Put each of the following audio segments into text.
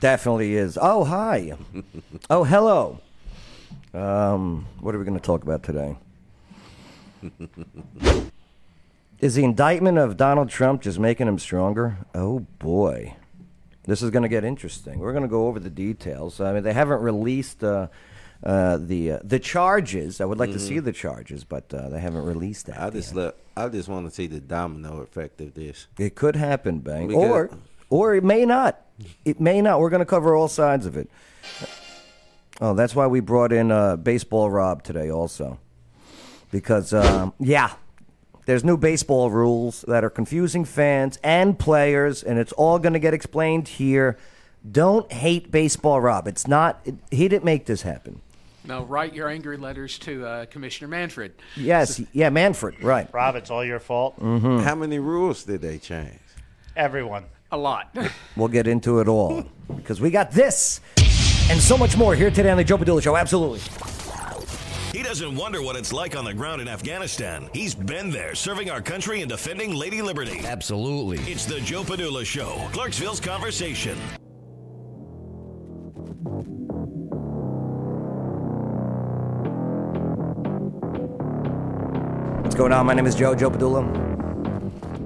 Definitely is. Oh, hi. oh, hello. Um, what are we going to talk about today? is the indictment of Donald Trump just making him stronger? Oh, boy. This is going to get interesting. We're going to go over the details. I mean, they haven't released uh, uh, the uh, the charges. I would like to see the charges, but uh, they haven't released that. I yet. just look. I just want to see the domino effect of this. It could happen, Bang. We could- Or or it may not. It may not. We're going to cover all sides of it. Oh, that's why we brought in uh, Baseball Rob today also. Because, um, yeah, there's new baseball rules that are confusing fans and players, and it's all going to get explained here. Don't hate Baseball Rob. It's not, it, he didn't make this happen. Now, write your angry letters to uh, Commissioner Manfred. Yes, yeah, Manfred, right. Rob, it's all your fault. Mm. How many rules did they change? Everyone. A lot. We'll get into it all because we got this and so much more here today on the Joe Padula Show. Absolutely. He doesn't wonder what it's like on the ground in Afghanistan. He's been there serving our country and defending Lady Liberty. Absolutely. It's the Joe Padula Show, Clarksville's conversation. What's going on? My name is Joe Joe Padula.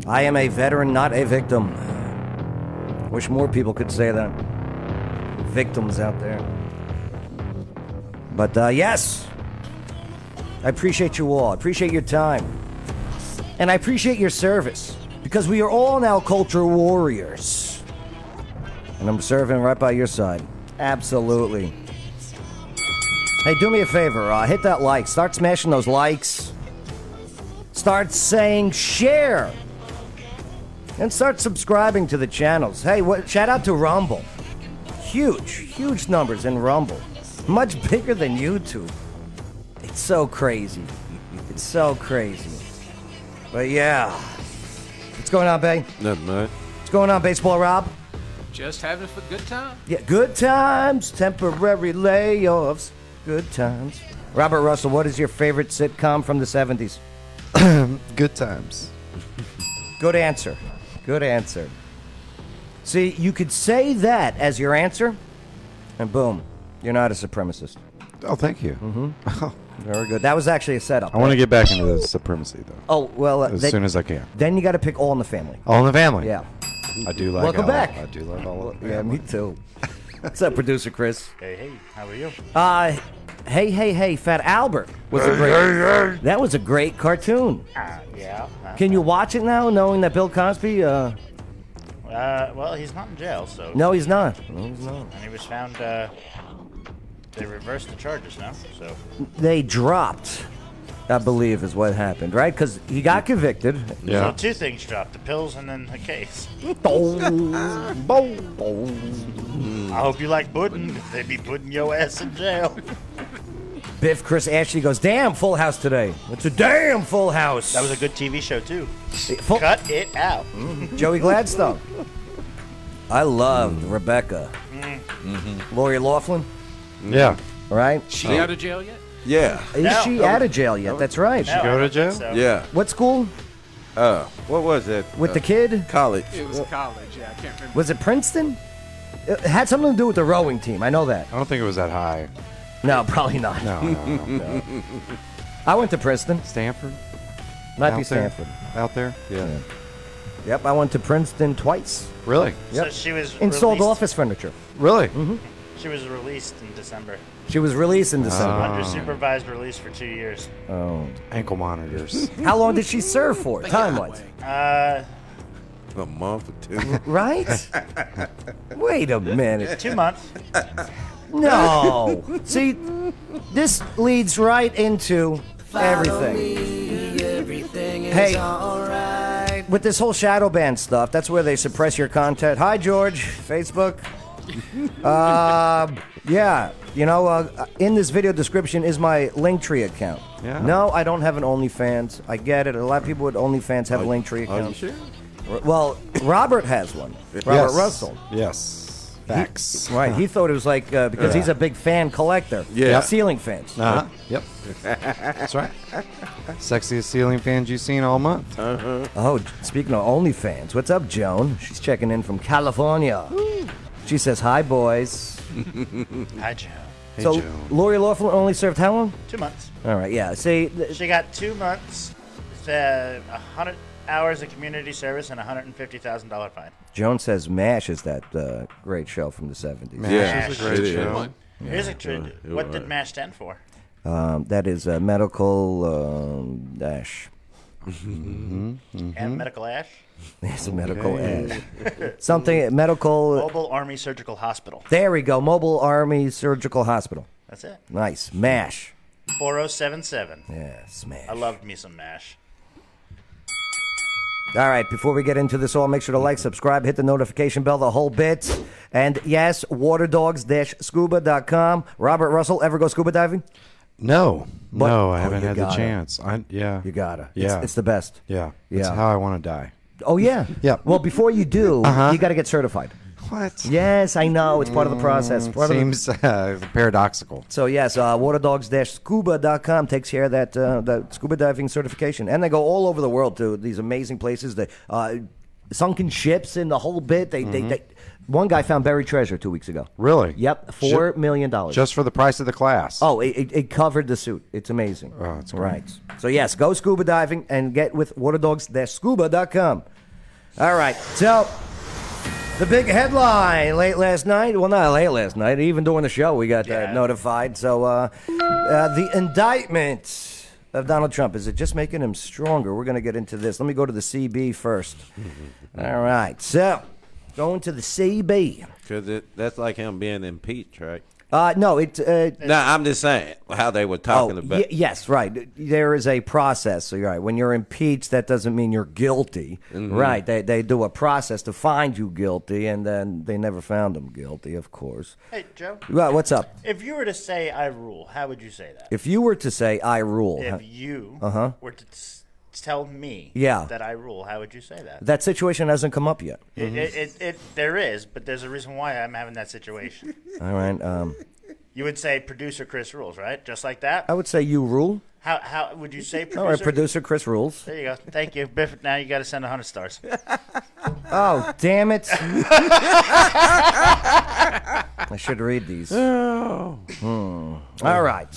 I am a veteran, not a victim. Wish more people could say that. Victims out there. But uh, yes, I appreciate you all. I appreciate your time. And I appreciate your service because we are all now culture warriors. And I'm serving right by your side. Absolutely. Hey, do me a favor. Uh, hit that like. Start smashing those likes start saying share and start subscribing to the channels hey what shout out to rumble huge huge numbers in rumble much bigger than youtube it's so crazy it's so crazy but yeah what's going on bay Nothing much. what's going on baseball rob Just having a good time. yeah good times temporary layoffs good times robert russell what is your favorite sitcom from the 70s Good times. Good answer. Good answer. See, you could say that as your answer, and boom, you're not a supremacist. Oh, thank you. Very good. That was actually a setup. I want to get back into the supremacy though, Oh well, uh, as they- soon as I can. then you got to pick All in the Family. All in the family. Yeah, I do like. Welcome all- back. I do like all of the yeah, me family. too. What's up, producer Chris? Hey, hey, how are you? Uh, hey, hey, hey, Fat Albert was a great. That was a great cartoon. yeah. Can you watch it now, knowing that Bill Cosby? Uh, Uh, well, he's not in jail, so. no, he's not. No, he's not. And he was found. Uh, they reversed the charges now, so. They dropped, I believe, is what happened, right? Because he got convicted. So two things dropped: the pills and then the case. Boom, boom, boom. I hope you like pudding. They be putting your ass in jail. Biff Chris Ashley goes, damn full house today. It's a damn full house. That was a good TV show too. full, Cut it out. Joey Gladstone. I loved Rebecca. Mm-hmm. Lori Laughlin, Yeah. right? She out of jail yet? Yeah, Is No. she out of jail yet? That's right. No, go to I don't think jail? so. yeah. What school? Uh, what was that? With Uh, the kid? college. It was college. Yeah, I can't remember. Was it Princeton? It had something to do with the rowing team. I know that. I don't think it was that high. No, probably not. No. no, no. I went to Princeton. Stanford. Might Out be there? Stanford. Out there. Yeah. Yep, I went to Princeton twice Really. So Yep. she was and sold released- office furniture. Really. Mm-hmm. She was released in December She was released Ah. in December. under supervised release for two years. Oh. Ankle monitors. How long did she serve for, time wise? Uh, A month or two. Right? Wait a minute. two months. No. See, this leads right into everything. Hey, with this whole shadow ban stuff, that's where they suppress your content. Hi, George, Facebook. Uh, yeah, you know, uh, in this video description is my Linktree account. Yeah. No, I don't have an OnlyFans. I get it. A lot of people with OnlyFans have a Linktree Are Oh, you account. sure? Well, Robert has one. Robert Yes. Russell. Yes. Facts. Right. He thought it was like uh, because he's a big fan collector. Yeah. Ceiling fans. Uh huh. Yep. That's right. Sexiest ceiling fans you've seen all month. Uh, Oh, speaking of OnlyFans, what's up, Joan? She's checking in from California. She says, "Hi, boys." Hi, Joe. Hey, so Joan. Lori Laughlin only served how long? Two months. All right, yeah. See, th- She got two months, uh, 100 hours of community service, and a $150,000 fine. Joan says MASH is that uh, great show from the '70s. Mash is a Yeah, great it is. show. One. Here's a tr- you're What did right. MASH stand for? Um, that is uh, medical um, dash. And Medical Ash? It's a medical ash. Something medical. Mobile Army Surgical Hospital. There we go. Mobile Army Surgical Hospital. That's it. Nice. MASH. 4077. Yeah, smash. I loved me some MASH. All right, before we get into this all, make sure to like, subscribe, hit the notification bell, the whole bit. And yes, waterdogs-scuba.com. Robert Russell, ever go scuba diving? No, But- no, Oh, I haven't you had the gotta. chance. I yeah, You gotta. Yeah, It's, it's the best. yeah. That's Yeah. how I want to die. Oh, yeah. Yeah. Uh-huh. Well, before you do, you gotta get certified. What? Yes, I know. It's part of the process. Part of the- Seems uh, paradoxical. So yes, uh, waterdogs-scuba.com takes care of that uh, that scuba diving certification, and they go all over the world to these amazing places. They uh, sunken ships and the whole bit. They, they, they one guy found buried treasure two weeks ago. Mm-hmm. Really? Yep, four million Ju- dollars. Just for the price of the class. oh, it, it, it covered the suit. It's amazing. Oh, that's great. right. So yes, go scuba diving and get with waterdogs-scuba.com. All right, so. The big headline late last night. Well, not late last night. Even during the show, we got uh, Yeah. notified. So, uh, uh, the indictment of Donald Trump is it just making him stronger? We're going to get into this. Let me go to the CB first. All right. So, going to the CB. Because it, that's like him being impeached, right? Uh, no, it. Uh, No, I'm just saying how they were talking oh, about. y- yes, right. There is a process. So you're right. When you're impeached, that doesn't mean you're guilty, Mm-hmm. right? They they do a process to find you guilty, and then they never found him guilty, of course. Hey, Joe. Well, what's up? If you were to say I rule, how would you say that? If you were to say "I rule," huh? If you uh were to s- tell me Yeah. that I rule, how would you say that? that situation hasn't come up yet. It, it, it, it, there is, but there's a reason why I'm having that situation. All right. Um, You would say producer Chris rules, right? Just like that. I would say you rule. How how would you say producer? All right, producer Chris rules. There you go. Thank you, Biff. Now you got to send hundred stars. Oh, damn it! I should read these. Hmm. All right,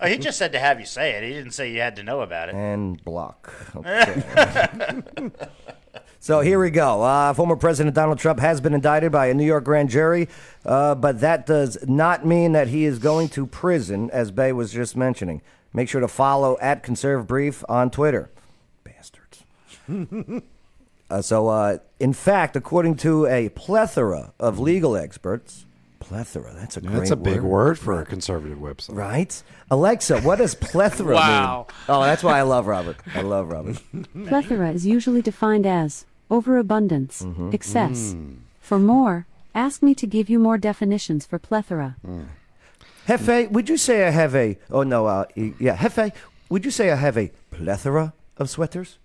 Oh, he just said to have you say it. He didn't say you had to know about it. and block. Okay. So here we go. Uh, former President Donald Trump has been indicted by a New York grand jury, uh, but that does not mean that he is going to prison, as Bay was just mentioning. Make sure to follow at Conserve Brief on Twitter. Bastards. Uh, so, uh, in fact, according to a plethora of legal experts, plethora, that's a great That's a big word. for a conservative website. Right? Alexa, what does plethora Wow. mean? Oh, that's why I love Robert. I love Robert. Plethora is usually defined as overabundance, excess. Mm. For more, ask me to give you more definitions for plethora. Mm. Hefe, would you say I have a? Oh no, uh, y- yeah, Hefe, would you say I have a plethora of sweaters?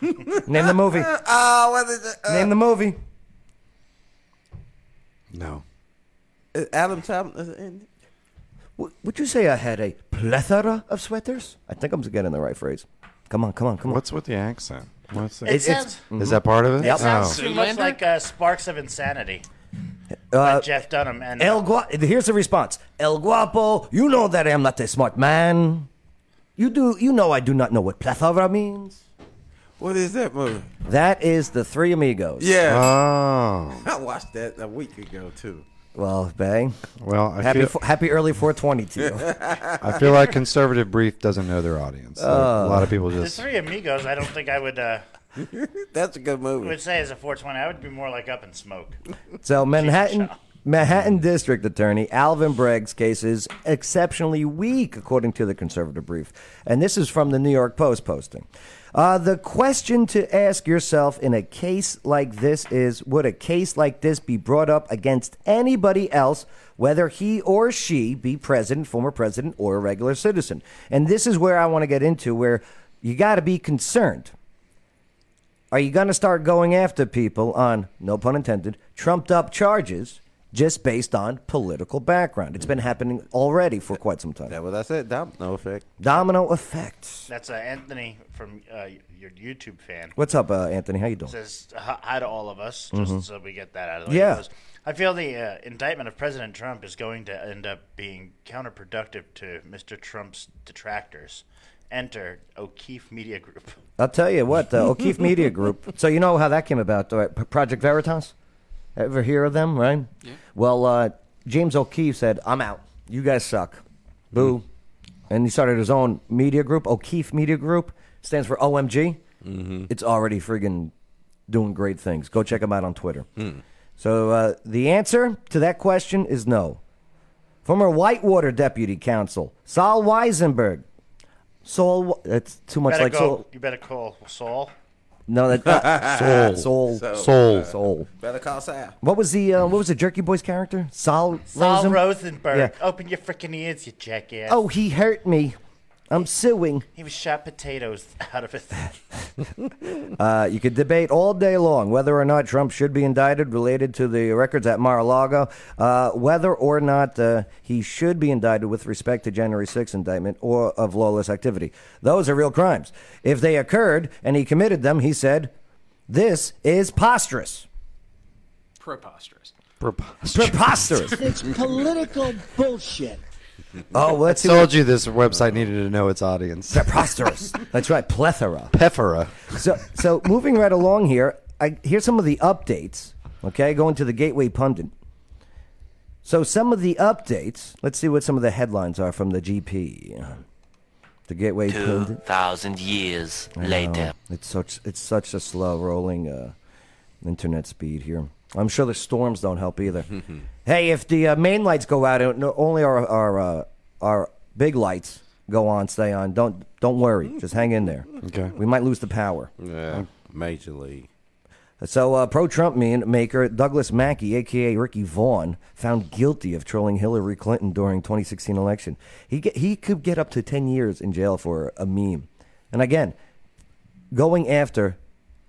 Name the movie. Oh, what is it? Name the movie. No. Uh, Adam Thompson. W- would you say I had a plethora of sweaters? I think I'm getting the right phrase. Come on, come on, come on. What's with the accent? What's the, It is, sounds, that part of it? Yep. sounds Oh. too much Zoolander? like uh, Sparks of Insanity by Uh, Jeff Dunham and El Gua- Here's the response. El Guapo, you know that I am not a smart man. You do. You know I do not know what plethora means. What is that movie? That is the Three Amigos. Yeah, Oh. I watched that a week ago too. Well, Bay, Well, I happy feel, fo- happy early 420 to you. I feel like conservative brief doesn't know their audience. Like, Uh. a lot of people the just Three Amigos. I don't think I would uh, That's a good movie. would say as a 420. I would be more like Up and Smoke. So Manhattan Child. Manhattan District Attorney Alvin Bragg's case is exceptionally weak, according to the conservative brief. And this is from the New York Post posting. Uh, the question to ask yourself in a case like this is Would a case like this be brought up against anybody else, whether he or she be president, former president, or a regular citizen? And this is where I want to get into where you got to be concerned. Are you going to start going after people on, no pun intended, trumped up charges just based on political background? It's been happening already for quite some time. That what I said. Domino effect. Domino effects. That's uh, Anthony from uh, your YouTube fan. What's up, uh, Anthony? How you doing? Says hi hi to all of us, just Mhm. so we get that out of the way. Yeah. He goes, I feel the uh, indictment of President Trump is going to end up being counterproductive to Mr. Trump's detractors. Enter O'Keefe Media Group. I'll tell you what, the O'Keefe Media Group. So you know how that came about, right? P- Project Veritas. Ever hear of them, right? Yeah. Well, uh, James O'Keefe said, "I'm out. You guys suck. Boo." And he started his own media group, O'Keefe Media Group. Stands for OMG. Mm-hmm. It's already friggin' doing great things. Go check them out on Twitter. So uh, the answer to that question is no. Former Whitewater Deputy Counsel Saul Weisenberg. Saul, that's too much better like go, Saul. You better call Saul. No, that uh, soul, Soul. soul, Uh, Soul. soul. Better call Sal. What was the uh, what was the Jerky Boys character? Sol Saul Rosen- Rosenberg. Yeah. Open your freaking ears, you jackass. Oh, he hurt me. I'm suing. He was shot potatoes out of his. Uh, you could debate all day long whether or not Trump should be indicted related to the records at Mar-a-Lago, uh, whether or not uh, he should be indicted with respect to January 6th indictment or of lawless activity. Those are real crimes. If they occurred and he committed them, he said, "This is preposterous." Preposterous. Preposterous. Preposterous. It's political bullshit. Oh, well, let's see I told what- you this website needed to know its audience. Preposterous. That's right. Plethora. Plethora. So, so moving right along here, I, here's some of the updates. Okay, going to the Gateway Pundit. So, some of the updates. Let's see what some of the headlines are from the GP, the Gateway Pundit. Two thousand years I know. later. Um, It's such it's such a slow rolling uh, internet speed here. I'm sure the storms don't help either. hey, if the uh, main lights go out, and no- only our our uh, our big lights go on, stay on. Don't don't worry. Just hang in there. Okay. We might lose the power. Yeah, major league. So, uh, pro Trump maker Douglas Mackey, aka Ricky Vaughn, found guilty of trolling Hillary Clinton during 2016 election. He get, he could get up to 10 years in jail for a meme. And again, going after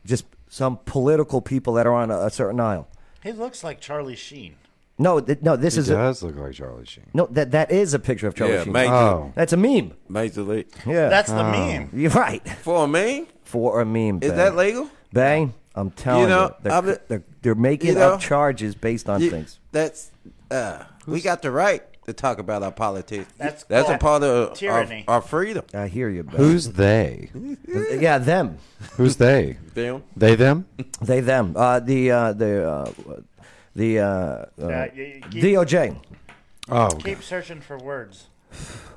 just some political people that are on a, a certain aisle. he looks like Charlie Sheen. No, th- no, this He is does a, look like Charlie Sheen. no that that is a picture of Charlie Yeah, Sheen. major. Oh. That's a meme. Major league. Yeah, Uh, That's the Oh. meme. You're right. For a meme? For a meme. Is Bang. that legal? Bang! I'm telling you, know, they're, I'm- they're, they're making you know, up charges based on You- things. That's uh, we got the right to talk about our politics. That's that's a called part of tyranny. Our, our freedom. I hear you. Ben. Who's they? Yeah, them. Who's they? Them. They them? They them. Uh, the uh, the uh, the uh, uh, you- you keep- DOJ. Oh. Keep searching for words.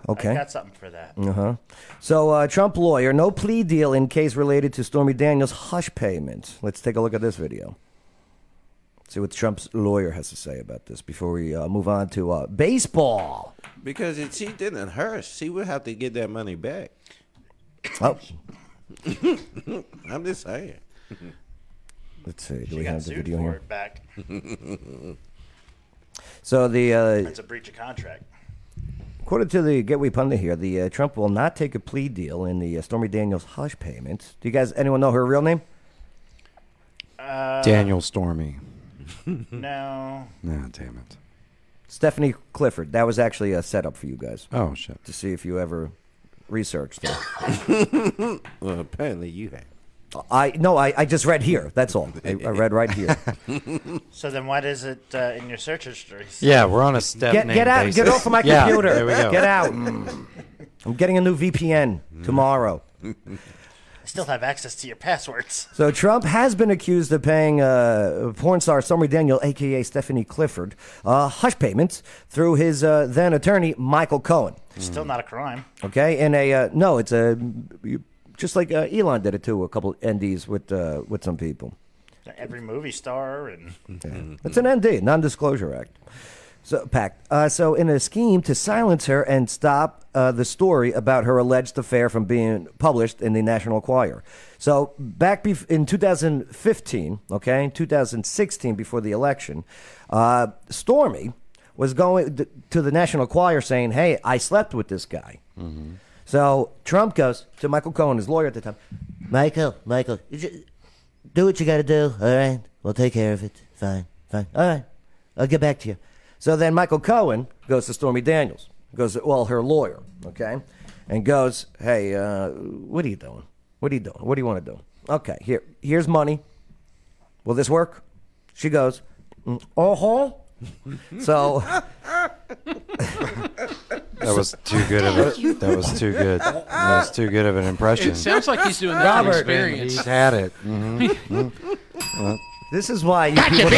Okay. I got something for that. Uh huh. So uh, Trump lawyer, no plea deal in case related to Stormy Daniels hush payment. Let's take a look at this video. See what Trump's lawyer has to say about this before we uh, move on to uh, baseball. Because if she didn't hurt, she would have to get that money back. Oh, I'm just saying. let's see. Do we have the sued video for here? it back. So the uh, That's a breach of contract. According to the Gateway Pundit here, the uh, Trump will not take a plea deal in the uh, Stormy Daniels hush payments. Do you guys, anyone know her real name? Uh, Daniel Stormy. No. No, damn it. Stephanie Clifford. That was actually a setup for you guys. Oh, shit. To see if you ever researched well, it. apparently you have. I no, I, I just read here. That's all. I, I read right here. So then why does it uh, in your search histories? Yeah, we're on a step get name get out! Get basis. off of my Yeah, computer! there we go. Get out! I'm getting a new VPN tomorrow. I still have access to your passwords. So Trump has been accused of paying uh, porn star Stormy Daniel, aka Stephanie Clifford, uh, hush payments through his uh, then attorney Michael Cohen. Still not a crime. Okay, and a uh, no, it's a you- just like uh, Elon did it too. A couple NDs with uh, with some people. Every movie star and It's an ND, Non-Disclosure Act. So pact. Uh, so in a scheme to silence her and stop uh, the story about her alleged affair from being published in the National Enquirer. So back bef- in 2015, okay, in 2016, before the election, uh, Stormy was going th- to the National Enquirer saying, "Hey, I slept with this guy." So Trump goes to Michael Cohen, his lawyer at the time. Michael, Michael, you ju- do what you got to do. All right, we'll take care of it. Fine, fine. All right, I'll get back to you. So then Michael Cohen goes to Stormy Daniels, goes well her lawyer, okay, and goes, hey, uh, what are you doing? What What are you doing? What do you want to do? Okay, here, here's money. Will this work? She goes, mm, uh huh. so That was too good of it. That was too good. That was too good of an impression. It sounds like he's doing that from Robert, man, experience. He's had it. hmm this is why you people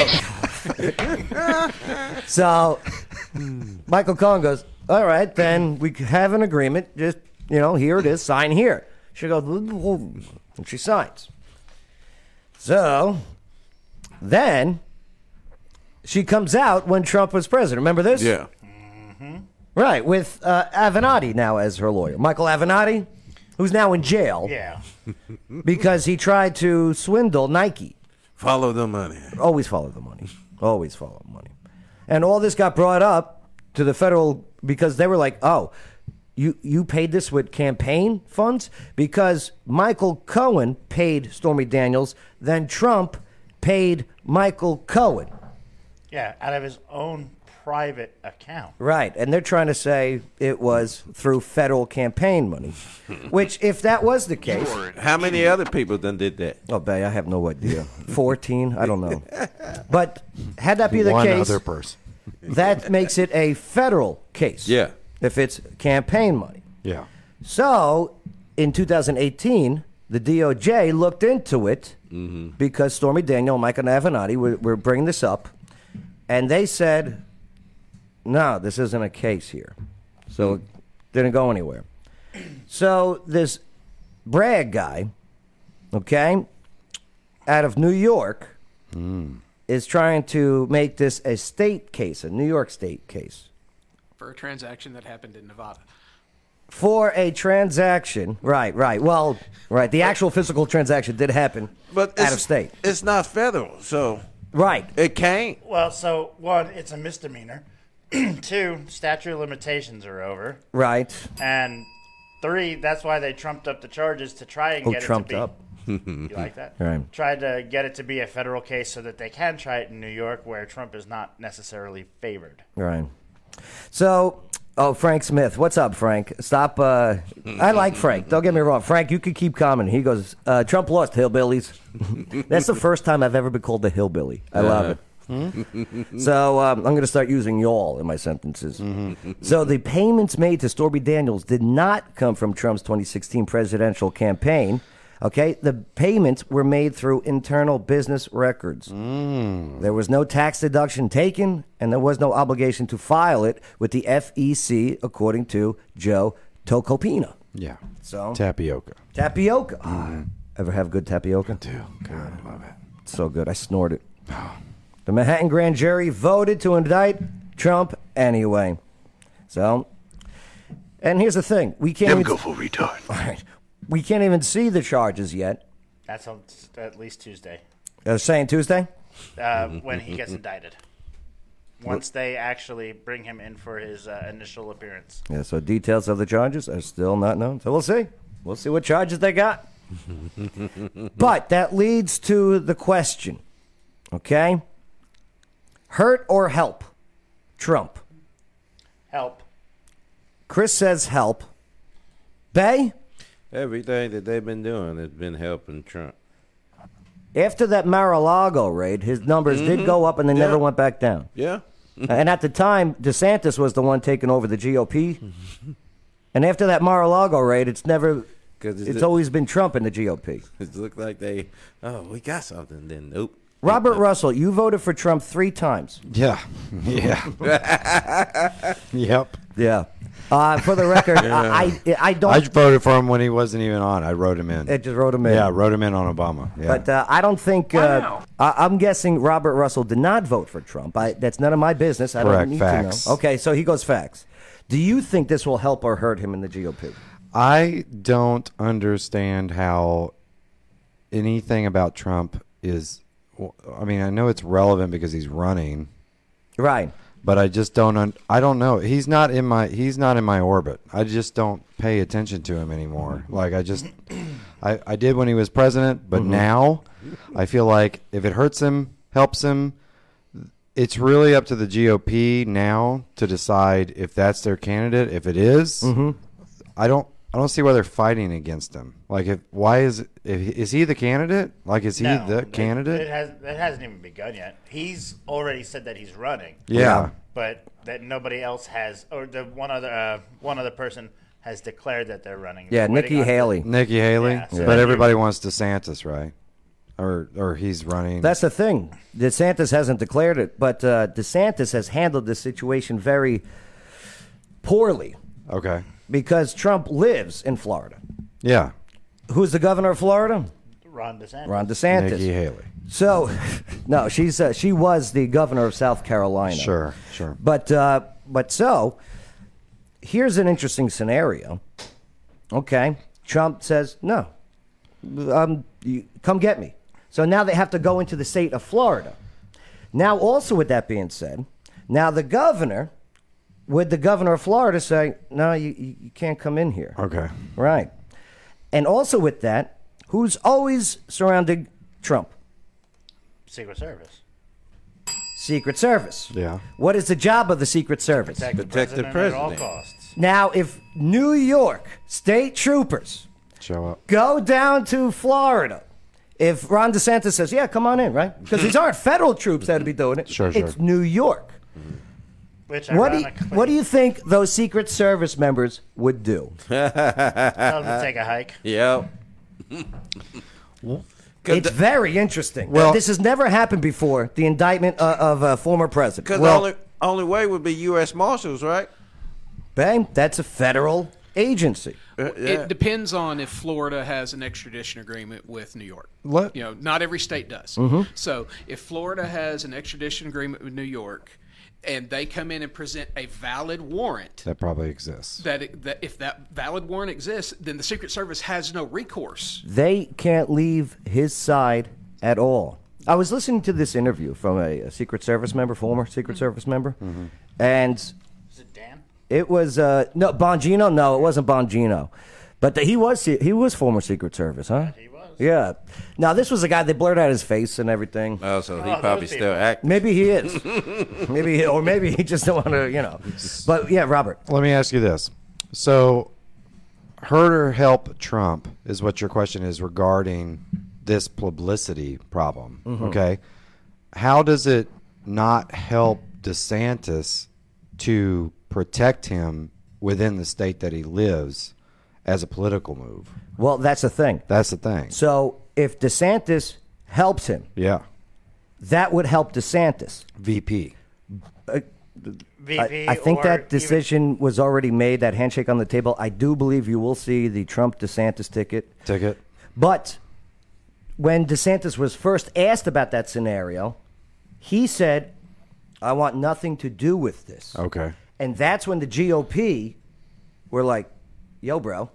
don't- so Michael Cohen goes, all right, then we have an agreement. Just you know, here it is. Sign here. She goes, and she signs. So then she comes out when Trump was president. Remember this? Yeah. Mm-hmm. Right, with uh, Avenatti now as her lawyer. Michael Avenatti, who's now in jail Yeah. because he tried to swindle Nike. Follow the money. Always follow the money. Always follow the money. And all this got brought up to the federal because they were like, oh, you, you paid this with campaign funds? Because Michael Cohen paid Stormy Daniels, then Trump paid Michael Cohen. Yeah. Out of his own private account. Right. And they're trying to say it was through federal campaign money, which, if that was the case, How many other people done did that? oh, Bay, I have no idea. 14? I don't know. But had that be the One case, other person. that makes it a federal case. Yeah. If it's campaign money. Yeah. So in 2018, the DOJ looked into it because Stormy Daniel and Michael Avenatti were, were bringing this up. And they said, no, this isn't a case here. So it didn't go anywhere. So this Bragg guy, okay, out of New York, is trying to make this a state case, a New York state case. for a transaction that happened in Nevada. for a transaction. Right, right. Well, right. The actual physical transaction did happen But out it's- of state. It's not federal, so Right. it can't. Well, so one, it's a misdemeanor. Two, statute of limitations are over. Right. And three, that's why they trumped up the charges to try and Oh, get trumped it to be. up. You like that? Right. Tried to get it to be a federal case so that they can try it in New York, where Trump is not necessarily favored. Right. So, oh, Frank Smith. What's up, Frank? Stop. Uh, I like Frank. Don't get me wrong. Frank, you could keep coming. He goes, uh, Trump lost, hillbillies. That's the first time I've ever been called a hillbilly. I love it. so um, I'm going to start using y'all in my sentences. so the payments made to Stormy Daniels did not come from Trump's 2016 presidential campaign. Okay, the payments were made through internal business records. There was no tax deduction taken, and there was no obligation to file it with the FEC, according to Joe Tocopina. Yeah. So Tapioca. tapioca. Ah, ever have good tapioca? Dude, God, I love it. It's so good. I snort it. The Manhattan grand jury voted to indict Trump anyway. So, and here's the thing: we can't even, go full retard. All right, we can't even see the charges yet. That's on s- at least Tuesday They're saying Tuesday. uh, Mm-hmm, when he gets indicted. Once they actually bring him in for his uh, initial appearance. Yeah, so details of the charges are still not known. So we'll see. We'll see what charges they got. but that leads to the question okay? Hurt or help Trump? Help. Chris says help. Bay, Everything that they've been doing has been helping Trump. after that Mar a Lago raid, his numbers did go up and they never went back down. Yeah. and at the time, DeSantis was the one taking over the GOP. and after that Mar a Lago raid, it's never. 'Cause it's it's the- always been Trump in the GOP. It looked like they, oh, we got something. Then nope. Robert Russell, you voted for Trump three times. Yeah. Yeah. yep. Yeah. Uh, for the record, I, I I don't. I voted for him when he wasn't even on. I wrote him in. it just wrote him in. Yeah, I wrote him in on Obama. Yeah. But uh, I don't think. Uh, Wow. I, I'm guessing Robert Russell did not vote for Trump. I, that's none of my business. I Correct. don't need Facts. to know. Okay, so he goes facts. Do you think this will help or hurt him in the GOP? I don't understand how anything about Trump is. well, I mean, I know it's relevant because he's running, Right. but I just don't. Un- I don't know. He's not in my. He's not in my orbit. I just don't pay attention to him anymore. Like I just. I, I did when he was president, but now I feel like if it hurts him, helps him, it's really up to the GOP now to decide if that's their candidate. If it is, I don't. I don't see why they're fighting against him. Like, if why is if, is he the candidate? Like, is he No, the it- candidate? It, has, it hasn't even begun yet. He's already said that he's running. yeah. But that nobody else has, or the one other uh, one other person has declared that they're running. Yeah, They're waiting Nikki on- Haley. Nikki Haley. Yeah, so But that- everybody wants DeSantis, right? Or or he's running. That's the thing. DeSantis hasn't declared it, but uh, DeSantis has handled this situation very poorly okay. because Trump lives in Florida. Yeah. Who's the governor of Florida? Ron DeSantis. Ron DeSantis. Nikki Haley. So, no, she's uh, she was the governor of South Carolina. Sure, sure. But uh, but so here's an interesting scenario. Okay, Trump says no. Um, you, come get me. So now they have to go into the state of Florida. Now, also with that being said, now the governor, would the governor of Florida say, no, you, you you can't come in here? Okay. Right. And also with that, who's always surrounding Trump? Secret Service. Secret Service. Yeah. What is the job of the Secret Service? Protect, Protect the the president, at all president. costs. Now, if New York state troopers Show up. go down to Florida, if Ron DeSantis says, yeah, come on in, right? Because these aren't federal troops that'd be doing it. Sure, it's sure. New York. Which What do, you, ironically, what do you think those Secret Service members would do? tell them to take a hike? Yep. Good It's to- very interesting. Well- this has never happened before, the indictment uh, of a former president. Because Well- the only, only way would be U.S. Marshals, right? Bang, that's a federal agency. Uh, It depends on if Florida has an extradition agreement with New York. Let- You know, not every state does. So if Florida has an extradition agreement with New York, and they come in and present a valid warrant. That probably exists. That, it, that if that valid warrant exists, then the Secret Service has no recourse. they can't leave his side at all. I was listening to this interview from a, a Secret Service member, former Secret Service member, and Mm-hmm. Is it Dan? it was uh, no Bongino. No, it wasn't Bongino, but the, he was he was former Secret Service, huh? He was. Yeah. Now this was a guy they blurred out his face and everything. oh, so he Oh, those probably people. still acting. Maybe he is. maybe he, or maybe he just don't want to, you know. But yeah, Robert. Let me ask you this. So, hurt or help Trump is what your question is regarding this publicity problem. Okay. How does it not help DeSantis to protect him within the state that he lives as a political move? Well, that's the thing. That's the thing. So if DeSantis helps him, yeah. that would help DeSantis. VP. VP. I think or that even- decision was already made. That handshake on the table. I do believe you will see the Trump DeSantis ticket. Ticket. But when DeSantis was first asked about that scenario, he said, "I want nothing to do with this." Okay. And that's when the GOP were like, "Yo, bro,"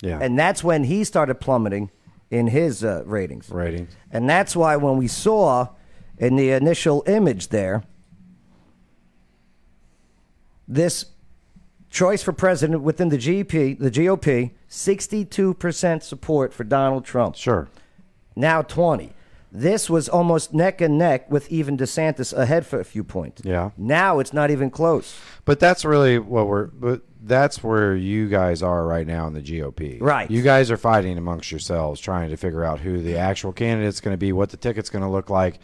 Yeah. and that's when he started plummeting in his uh, ratings. Ratings. And that's why when we saw in the initial image there, this choice for president within the GP, the GOP, 62% support for Donald Trump. sure. Now 20. This was almost neck and neck with even DeSantis ahead for a few points. Yeah. Now it's not even close. But that's really what we're. But that's where you guys are right now in the GOP. Right. You guys are fighting amongst yourselves, trying to figure out who the actual candidate's going to be, what the ticket's going to look like.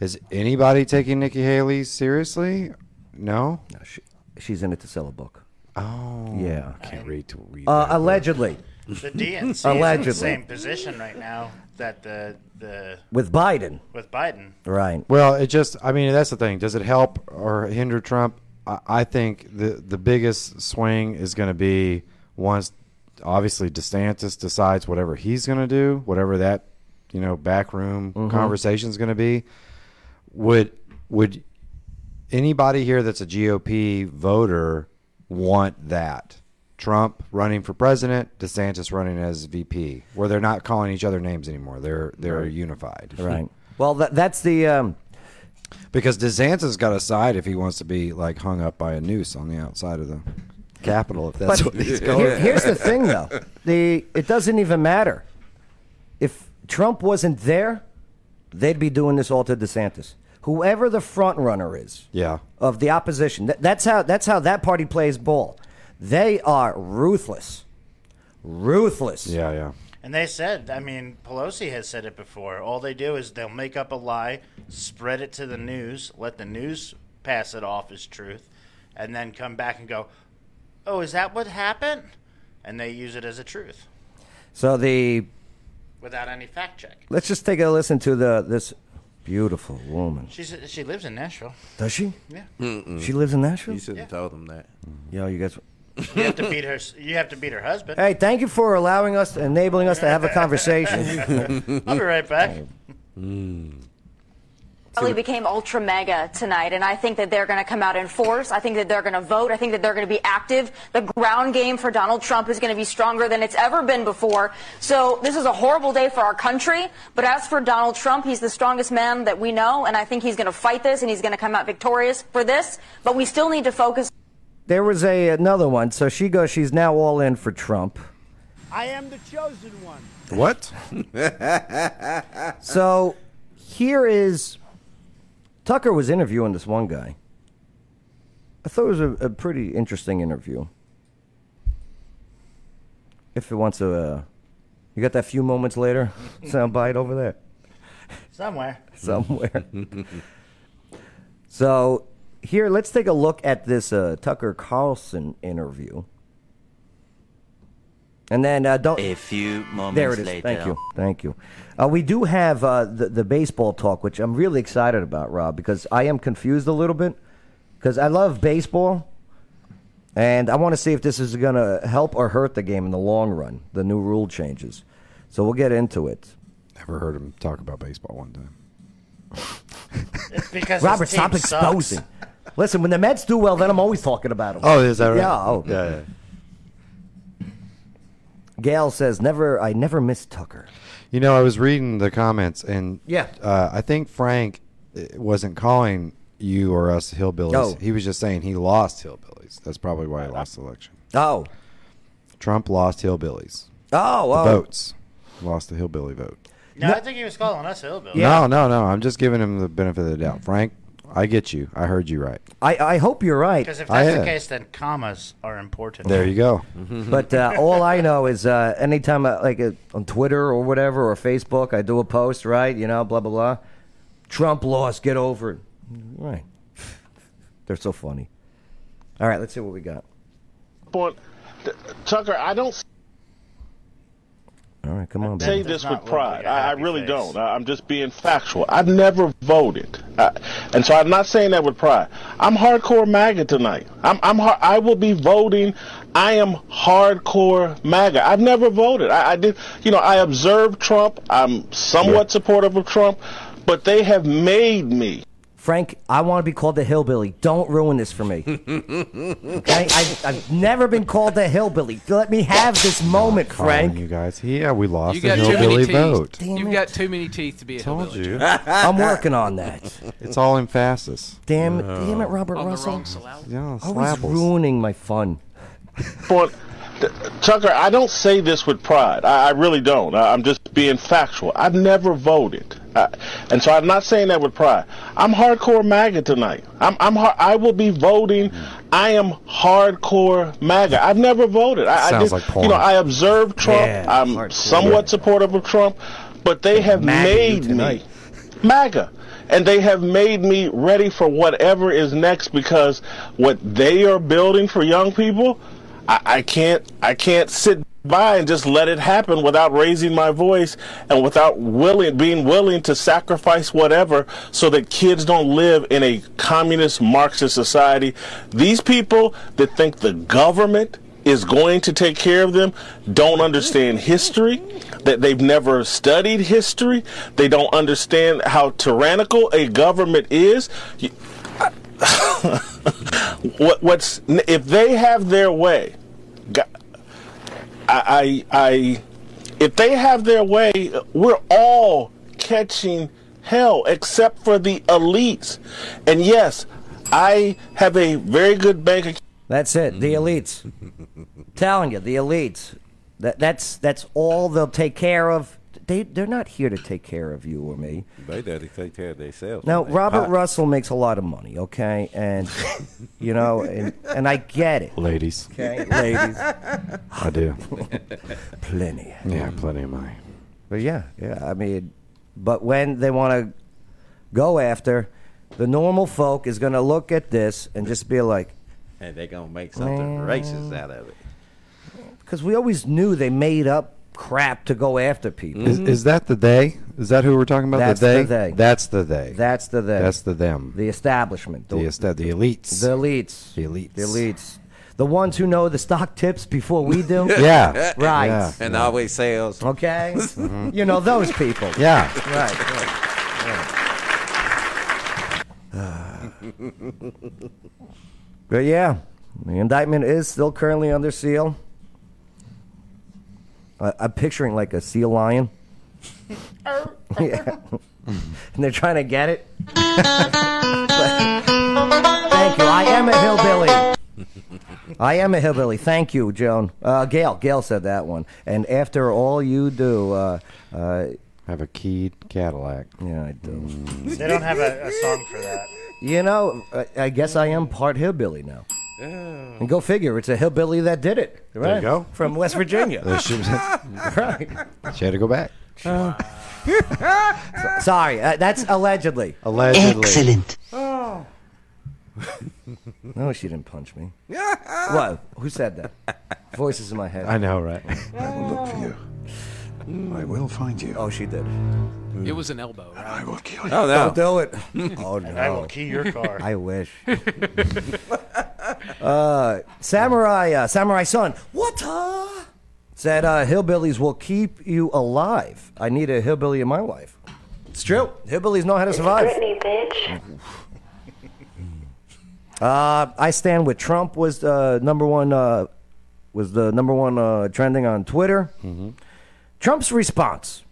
Is anybody taking Nikki Haley seriously? No. She, she's in it to sell a book. Oh. Yeah. I can't read to read. Uh, that. allegedly, The DNC is in Allegedly. the same position right now that the the with Biden. with Biden. Right. Well, it just. I mean, that's the thing. Does it help or hinder Trump? I, I think the the biggest swing is going to be once, obviously, DeSantis decides whatever he's going to do, whatever that you know backroom conversation is going to be. Would would anybody here that's a GOP voter want that? Trump running for president, DeSantis running as VP, where they're not calling each other names anymore. They're they're unified. Right. Well, that, that's the. Um, Because DeSantis got a side if he wants to be like hung up by a noose on the outside of the Capitol. If that's what he's going. Here- here's the thing, though. The it doesn't even matter if Trump wasn't there. They'd be doing this all to DeSantis. Whoever the front runner is Yeah. of the opposition, that, that's how that's how that party plays ball. They are ruthless. Ruthless. Yeah, yeah. And they said, I mean, Pelosi has said it before. All they do is they'll make up a lie, spread it to the news, let the news pass it off as truth, and then come back and go, "Oh, is that what happened?" And they use it as a truth So the without any fact check. let's just take a listen to the this beautiful woman. She's she lives in Nashville. Does she? Yeah. She lives in Nashville. You should have told him that. Yo, you guys. You have to beat her. You have to beat her husband. Hey, thank you for allowing us, enabling us to have a conversation. I'll be right back. really became ultra mega tonight, and I think that they're going to come out in force. I think that they're going to vote. I think that they're going to be active. The ground game for Donald Trump is going to be stronger than it's ever been before. So this is a horrible day for our country. But as for Donald Trump, he's the strongest man that we know, and I think he's going to fight this and he's going to come out victorious for this. But we still need to focus there was a another one. So she goes. She's now all in for Trump. I am the chosen one. What? So here is Tucker was interviewing this one guy. I thought it was a, a pretty interesting interview. If it wants to, uh, you got that few moments later soundbite over there Somewhere. somewhere. so here, let's take a look at this uh, Tucker Carlson interview, and then uh, don't A few moments there it is. later. Thank you. Thank you. Uh, we do have uh, the, the baseball talk, which I'm really excited about, Rob, because I am confused a little bit because I love baseball. And I want to see if this is going to help or hurt the game in the long run, the new rule changes. So we'll get into it. Never heard him talk about baseball one time. It's because his Robert, team stop sucks. exposing. Listen, when the Mets do well, then I'm always talking about them. Oh, is that right? Yeah. Oh. yeah, yeah. Gail says, "Never, I never miss Tucker." You know, I was reading the comments, and Yeah. uh, I think Frank uh, wasn't calling you or us hillbillies. No. He was just saying he lost hillbillies. That's probably why he lost the election. Oh, Trump lost hillbillies. oh, oh. Votes lost the hillbilly vote. No, I think he was calling us hillbilly. No, no, no. I'm just giving him the benefit of the doubt. Frank, I get you. I heard you right. I, I hope you're right. Because if I that's am. the case, then commas are important. There you go. but uh, all I know is uh, anytime I, like uh, on Twitter or whatever or Facebook, I do a post, right? You know, blah blah blah. Trump lost. Get over it. Right. They're so funny. All right, let's see what we got. But th- Tucker, I don't All right, come on, say baby. this not with look like pride. a I, I happy really face. don't. I, I'm just being factual. I've never voted, I, and so I'm not saying that with pride. I'm hardcore MAGA tonight. I'm, I'm har- I will be voting. I am hardcore MAGA. I've never voted. I, I did. You know, I observed Trump. I'm somewhat supportive of Trump, but they have made me. Frank, I want to be called the hillbilly. Don't ruin this for me. okay, I, I've never been called the hillbilly. Let me have this moment, Calling Frank. you guys. Yeah, we lost You the got too many hillbilly teeth. vote. Damn You've it. got too many teeth to be a Told hillbilly. you. I'm working on that. It's all in emphasis. Damn it, damn it, Robert On the Russell. wrong syllable. Yeah, Always slapples. ruining my fun. But th- Tucker, I don't say this with pride. I, I really don't. I, I'm just being factual. I've never voted, I, and so I'm not saying that with pride. I'm hardcore MAGA tonight. I'm, I'm har- I will be voting. I am hardcore MAGA. I've never voted. I, I Sounds did, like porn. You know, I observed Trump. I'm somewhat supportive of Trump, but they have MAGA you made tonight. me. MAGA. And they have made me ready for whatever is next because what they are building for young people, I, I can't I can't sit by and just let it happen without raising my voice and without willing being willing to sacrifice whatever so that kids don't live in a communist Marxist society. These people that think the government is going to take care of them don't understand history that they've never studied history they don't understand how tyrannical a government is You- what what's if they have their way go- I, I I if they have their way we're all catching hell except for the elites and yes I have a very good bank account That's it. The elites. Telling you, the elites. That, that's that's all they'll take care of. they they're not here to take care of you or me. They there to take care of themselves. Now, They- Robert I- Russell makes a lot of money, okay, and you know, and, and I get it, Ladies. okay, ladies, I do. plenty. Yeah, plenty of money. But yeah, yeah, I mean, but when they want to go after, the normal folk is going to look at this and just be like, And they gonna make something Man. racist out of it. because we always knew they made up crap to go after people. Is, is that the they? Is that who we're talking about? Mm-hmm. That's the they? the they. That's the they. That's the they. That's the them. The establishment. The, est- the elites. The elites. The elites. The elites. The ones who know the stock tips before we do. Yeah. Right. Yeah. And always sales. Okay? You know, those people. Mm-hmm. Yeah. Right. right. But yeah, the indictment is still currently under seal. I, I'm picturing like a sea lion. yeah. and they're trying to get it. Thank you. I am a hillbilly. I am a hillbilly. Thank you, Joan. Uh, Gail. Gail said that one. And after all you do, uh, uh, have a keyed Cadillac. Yeah, I do. They don't have a, a song for that. You know, I, I guess I am part hillbilly now. Yeah. And go figure, it's a hillbilly that did it. There right? you go. From West Virginia. There she- right. She had to go back. So- sorry, uh, that's allegedly. Allegedly. Excellent. Oh. no, she didn't punch me. what? Who said that? Voices in my head. I know, right? I will look for you. I will find you. Oh, she did. Mm. It was an elbow. Right? I will kill Oh, no. Don't do it. Oh, no. And I will key your car. I wish. uh, Samurai, uh, Samurai Son. What? uh, Said uh, hillbillies will keep you alive. I need a hillbilly in my life. It's true. Hillbillies know how to survive. Britney, bitch. Uh, I stand with Trump was uh, number one uh, was the number one uh, trending on Twitter. Trump's response.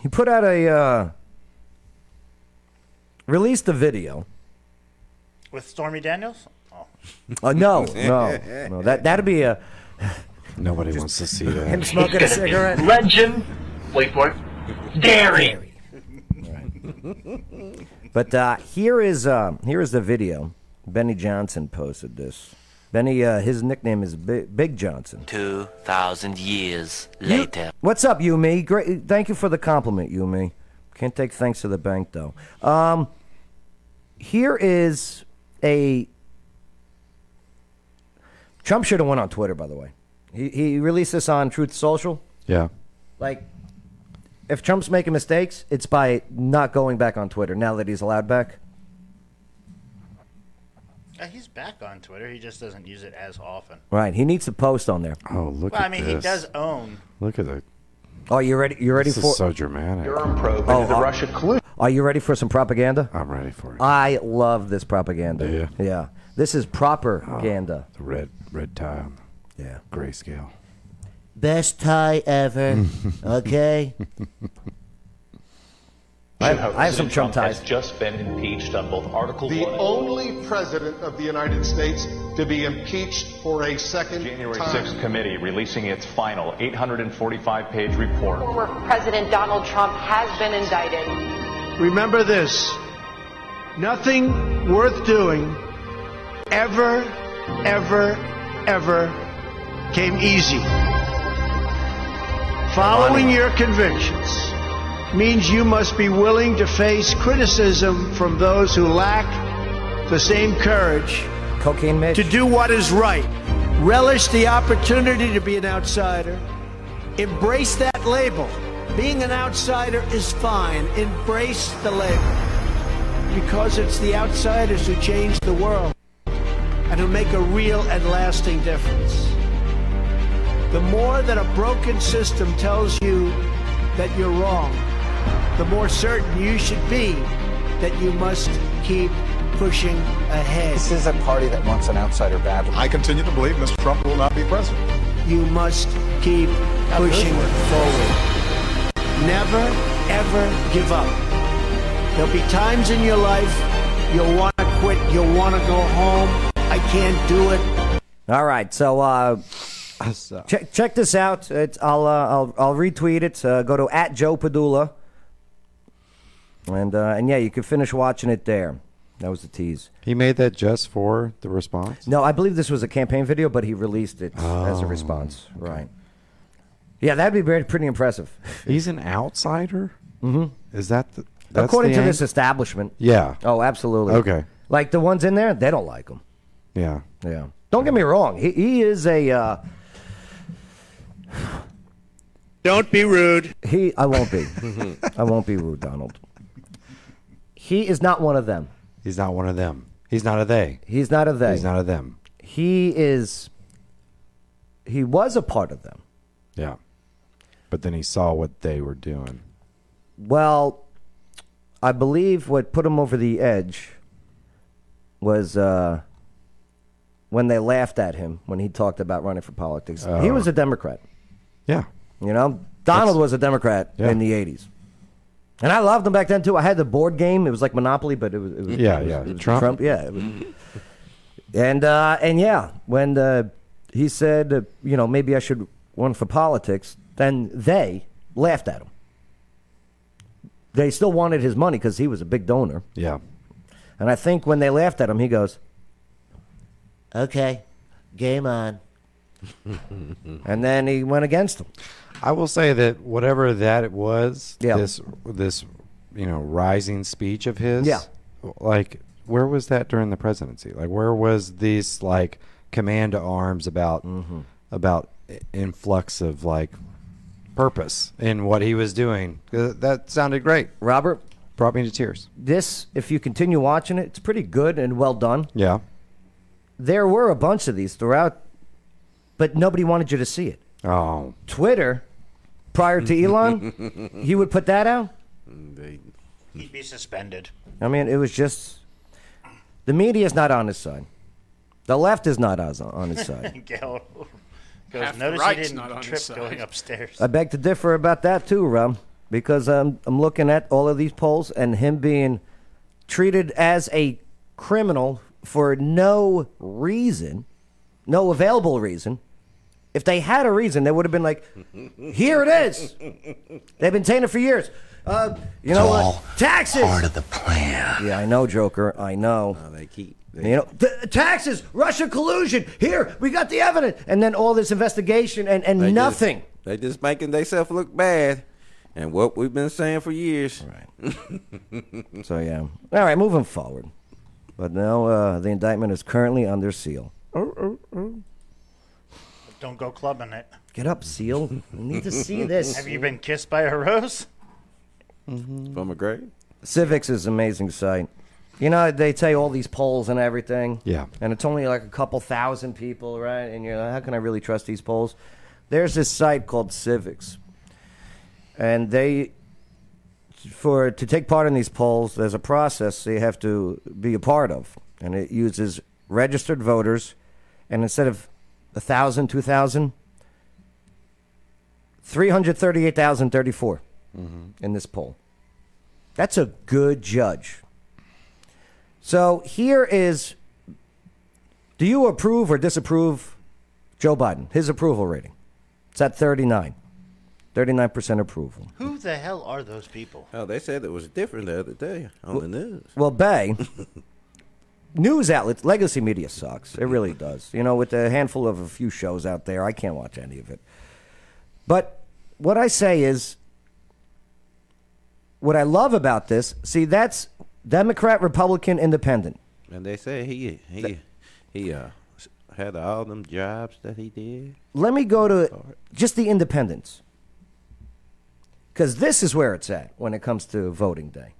He put out a uh, released a video. With Stormy Daniels? Oh. Uh, no, no, no. That that'd be a nobody wants to see that. him smoking a cigarette. Legend. Wait for it. Daring. But uh, here is uh, here is the video. Benny Johnson posted this. Benny, uh, his nickname is Bi- Big Johnson. Two thousand years later. What's up, Yumi? Great. Thank you for the compliment, Yumi. Can't take thanks to the bank though. Um, here is a Trump should have went on Twitter. By the way, he he released this on Truth Social. Yeah. Like, if Trump's making mistakes, it's by not going back on Twitter now that he's allowed back. Uh, he's back on Twitter. He just doesn't use it as often. Right. He needs to post on there. Oh, look well, I mean, he does own. Look at the. Oh, you ready? You ready This is for? so dramatic. You're a pro. oh, the Russia collusion. Are you ready for some propaganda? I'm ready for it. I love this propaganda. Yeah. Yeah. This is propaganda. The red red tie. On yeah. Grayscale. Best tie ever. okay. I, I have some Trump ties. just been impeached on both Article The 1 only president of the United States to be impeached for a second January time. 6th committee releasing its final 845 page report. Former President Donald Trump has been indicted. Remember this nothing worth doing ever, ever, ever came easy. Following your convictions means you must be willing to face criticism from those who lack the same courage Cocaine to do what is right. Relish the opportunity to be an outsider. Embrace that label. Being an outsider is fine. Embrace the label. Because it's the outsiders who change the world and who make a real and lasting difference. The more that a broken system tells you that you're wrong, the more certain you should be that you must keep pushing ahead. This is a party that wants an outsider badly. I continue to believe Mr. Trump will not be president. You must keep pushing forward. Never, ever give up. There'll be times in your life you'll want to quit, you'll want to go home. I can't do it. All right. So uh, So. Check, check this out. It's, I'll, uh, I'll I'll retweet it. Uh, go to at Joe Padula, and uh, and yeah, you can finish watching it there. That was the tease. He made that just for the response. No, I believe this was a campaign video, but he released it as a Oh, response. Right. Yeah, that'd be very, pretty impressive. He's an outsider. Mm-hmm. Is that the, that's According the to this ang- establishment. Yeah. Oh, absolutely. Okay. Like the ones in there, they don't like him. Yeah. Yeah. Don't get me wrong. He, he is a. Uh, Don't be rude. He. I won't be. I won't be rude, Donald. He is not one of them. He's not one of them. He's not a they. He's not a they. He's not a them. He is. He was a part of them. Yeah. But then he saw what they were doing. Well, I believe what put him over the edge was uh, when they laughed at him when he talked about running for politics. He Oh. was a Democrat. Yeah. You know, Donald was a Democrat Yeah. in the 80s. And I loved him back then, too. I had the board game. It was like Monopoly, but it was. It was Yeah, it was- yeah. it was Trump. Trump. Yeah. it was- and, uh, and yeah, when uh, he said, uh, you know, maybe I should run for politics, then they laughed at him. They still wanted his money because he was a big donor. Yeah. And I think when they laughed at him, he goes, okay, game on. and then he went against them. I will say that whatever that it was, this this you know rising speech of his, Yeah. like where was that during the presidency? Like where was this like command to arms about about i- influx of like purpose in what he was doing? Uh, That sounded great, Robert. Brought me to tears. This, if you continue watching it, it's pretty good and well done. Yeah, There were a bunch of these throughout, but nobody wanted you to see it. Oh. Twitter, prior to Elon, he would put that out. He'd be suspended. I mean, it was just the media's not on his side. The left is not on on his side. Gail goes, Half the notice he right's didn't not on his trip side." going upstairs. I beg to differ about that too, Rum, because I'm I'm looking at all of these polls and him being treated as a criminal for no reason, no available reason. If they had a reason, they would have been like, "Here it is." They've been saying it for years. Uh, you know what? Taxes. Part of the plan. Yeah, I know, Joker. I know. they keep. you know, th- taxes, Russia collusion. Here, we got the evidence, and then all this investigation and, and They just- nothing. they just making themselves look bad, and what we've been saying for years. Right. so yeah. All right, moving forward. But now uh, the indictment is currently under seal. Don't go clubbing it. Get up, seal. We need to see this. Have you been kissed by a rose? From a grave. Civics is an amazing site. You know, they tell you all these polls and everything. Yeah. And it's only like a couple thousand people, right? And you're like, how can I really trust these polls? There's this site called Civics. And they for to take part in these polls, there's a process they have to be a part of, and it uses registered voters, and instead of a thousand, two thousand, three hundred thirty-eight thousand thirty-four in this poll. That's a good judge. So here is: Do you approve or disapprove Joe Biden? His approval rating. It's at thirty-nine. Thirty-nine percent approval. Who the hell are those people? Oh, they said it was different the other day on the news. Well, Bay, news outlets, legacy media sucks. It really does. You know, with a handful of a few shows out there, I can't watch any of it. But what I say is, what I love about this, see, that's Democrat, Republican, Independent. And they said he he he uh s- had all them jobs that he did. Let me go to just the Independents. Because this is where it's at when it comes to voting day.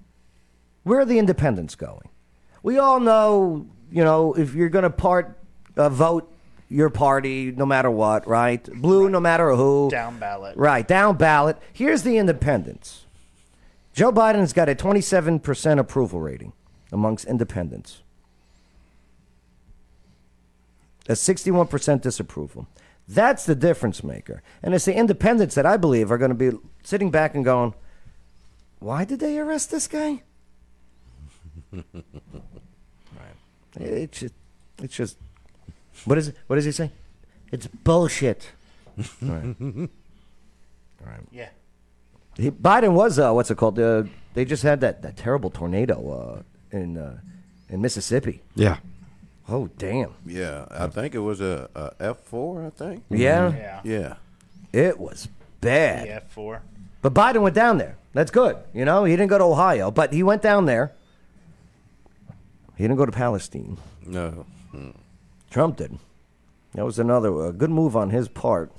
Where are the independents going? We all know, you know, if you're going to part uh, vote your party, no matter what, right? Blue, no matter who. Down ballot. Right, down ballot. Here's the independents. Joe Biden's got a 27% approval rating amongst independents, a 61% disapproval. That's the difference maker. And it's the independents that I believe are going to be sitting back and going, why did they arrest this guy? It's just, it's just. What is what does he say? It's bullshit. Yeah. He, Biden was uh, what's it called? Uh, they just had that, that terrible tornado uh, in uh, in Mississippi. Yeah. Oh damn. Yeah, I think it was a, a F four. I think. Yeah? yeah. Yeah. Yeah. It was bad. Yeah, four. But Biden went down there. That's good. You know, he didn't go to Ohio, but he went down there. He didn't go to Palestine. No. Trump did. That was another uh, good move on his part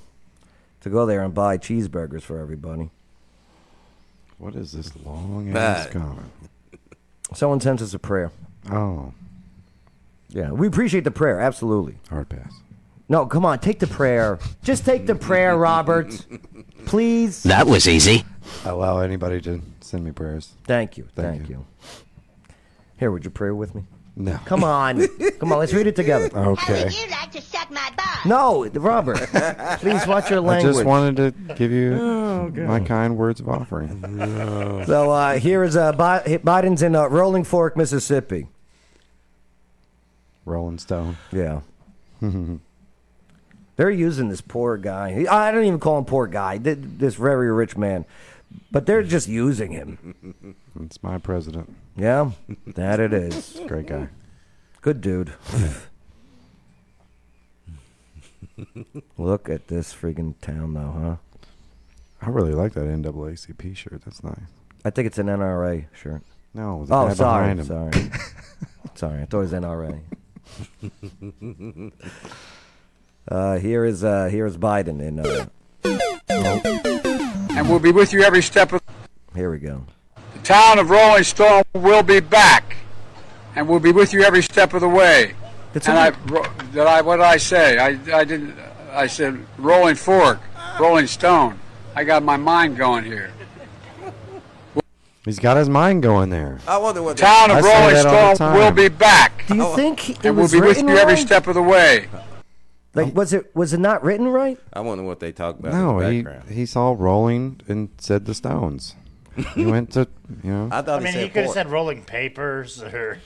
to go there and buy cheeseburgers for everybody. What is this long ass Bad. comment? Someone sends us a prayer. Oh. Yeah, we appreciate the prayer. Absolutely. Hard pass. No, come on, take the prayer. Just take the prayer, Robert. Please. That was easy. I allow anybody to send me prayers. Thank you. Thank Thank, you. Here, would you pray with me? No. Come on. come on, let's read it together. Okay. No, Robert. please watch your language. I just wanted to give you Oh, God. my kind words of offering. So uh, here is uh, Bi- Biden's in uh, Rolling Fork, Mississippi. Rolling Stone. Yeah. They're using this poor guy. He- I don't even call him poor guy. th- This very rich man, but they're just using him. It's my president. Yeah, that it is. Great guy. Good dude. Look at this freaking town, though, huh? I really like that NAACP shirt. That's nice. I think it's an NRA shirt. No, the Oh, guy sorry, behind him. sorry, sorry. I thought it was NRA. Uh, here is uh, here is Biden in. Uh, and we'll be with you every step of here we go. the town of Rolling Stone. will be back, and we'll be with you every step of the way. That's and all I, right. ro- did I, what did I say? I, I didn't. I said Rolling Fork, Rolling Stone. I got my mind going here. He's got his mind going there. I wonder what Town I of say Rolling that all the Stone time. will be back. Do you think it and was we'll be with written you every wrong? step of the way. Like, was it was it not written right? I wonder what they talk about. No, in the he, background. he saw Rolling and said the Stones. He went to, you know. I I mean, he could have said rolling papers or.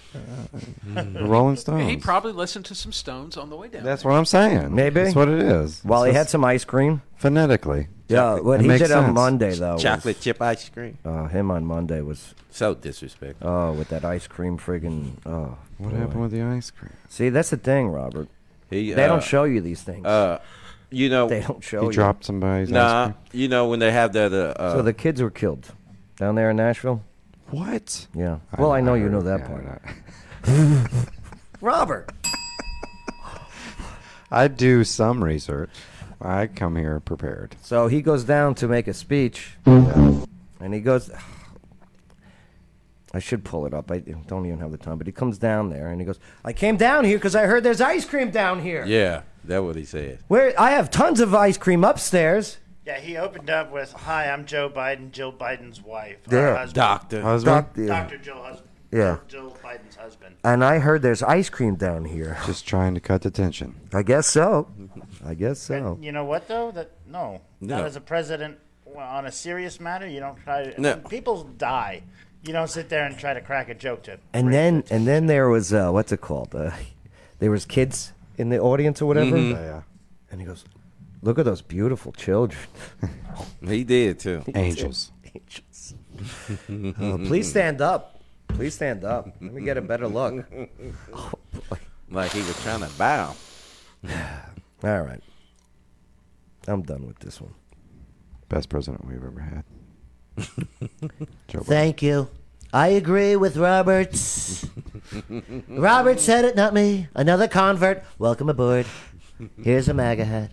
The Rolling Stones. He probably listened to some Stones on the way down. That's what I'm saying. Maybe. That's what it is. While he It's had just some ice cream. Phonetically. Yeah, what It he makes did on sense. Monday though. was- Chocolate chip ice cream. Uh, him on Monday was Oh, so disrespectful. Oh, with that ice cream, friggin' oh. What boy. happened with the ice cream? See, that's the thing, Robert. He, they uh, don't show you these things. Uh, you know they don't show He you. dropped somebody's Nah, ice you know when they have that. Uh, uh, so the kids were killed down there in Nashville. cream. What? Yeah. well, I know you know that part. Robert. I do some research. I come here prepared. So he goes down to make a speech, Mm-hmm. and he goes. I should pull it up. I don't even have the time, but he comes down there and he goes, "I came down here because I heard there's ice cream down here. yeah, that what he said. Where I have tons of ice cream upstairs. Yeah, he opened up with, "Hi, I'm Joe Biden, Jill Biden's wife, or Yeah. husband, Doctor. Husband? Doc- yeah. Dr. Jill, hus- Yeah. Jill Biden's husband." And I heard there's ice cream down here. Just trying to cut the tension. I guess so. I guess so. You know what though? That no, No. not as a president well, on a serious matter. You don't try. To, No. people die. You don't sit there and try to crack a joke to. And then and then there was uh, what's it called? Uh, there was kids in the audience or whatever. Mhm. Oh, yeah. And he goes, "Look at those beautiful children." He did too. Angels. Angels. Uh, please stand up. Please stand up. Let me get a better look. Oh, boy. Like he was trying to bow. All right. I'm done with this one. Best president we've ever had. Joe Thank you. I agree with Roberts. Robert said it, not me. Another convert. Welcome aboard. Here's a MAGA hat.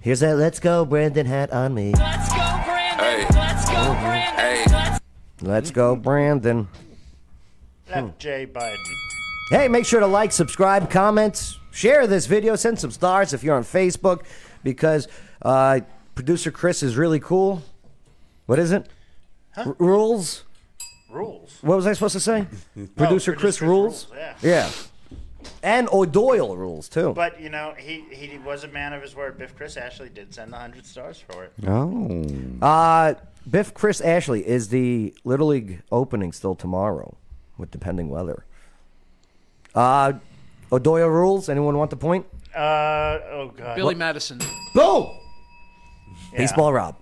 Here's a Let's Go Brandon hat on me. Hey. Let's go, Brandon. Hey. Let's go, Brandon. Left Jay Biden. Hey, make sure to like, subscribe, comment, share this video, send some stars if you're on Facebook, because uh, producer Chris is really cool. What is it? R- rules. Rules. What was I supposed to say? Oh, producer Chris rules. yeah. Yeah. And O'Doyle rules too. But you know, he he was a man of his word. Biff Chris Ashley did send the hundred stars for it. Oh. Uh, Biff Chris Ashley is the Little League opening still tomorrow with depending weather. Uh, O'Doyle rules. Anyone want the point? Uh, oh God. Billy Madison. Boom. Baseball Rob.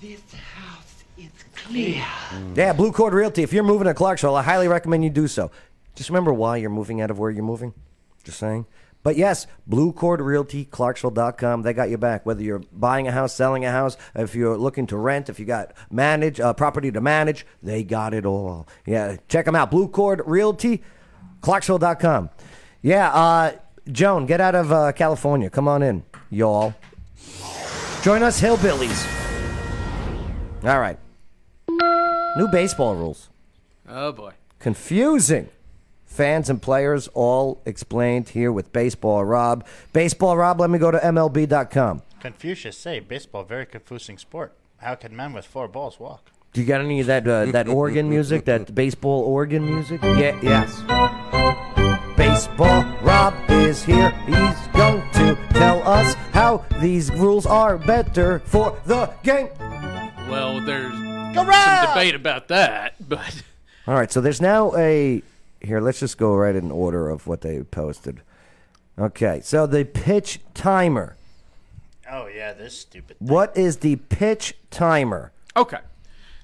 This house is clear. Mm. Yeah, Blue Cord Realty. If you're moving to Clarksville, I highly recommend you do so. Just remember why you're moving out of where you're moving. Just saying. But yes, Blue Cord Realty, Clarksville.com. They got you back. Whether you're buying a house, selling a house, if you're looking to rent, if you got manage uh, property to manage, they got it all. Yeah, check them out. Blue Cord Realty, Clarksville.com. Yeah, uh, Joan, get out of uh, California. Come on in, y'all. Join us, hillbillies. All right. New baseball rules. Oh boy. Confusing. Fans and players all explained here with Baseball Rob. Baseball Rob, let me go to MLB.com. Confucius say baseball very confusing sport. How can men with four balls walk? Do you got any of that uh, that organ music, that baseball organ music? Yeah, yes. Baseball Rob is here. He's going to tell us how these rules are better for the game. Well, there's Rob! some debate about that, but All right, so there's now a here. Let's just go right in order of what they posted. Okay, so the pitch timer. Oh yeah, this is stupid. What is the pitch timer? Okay.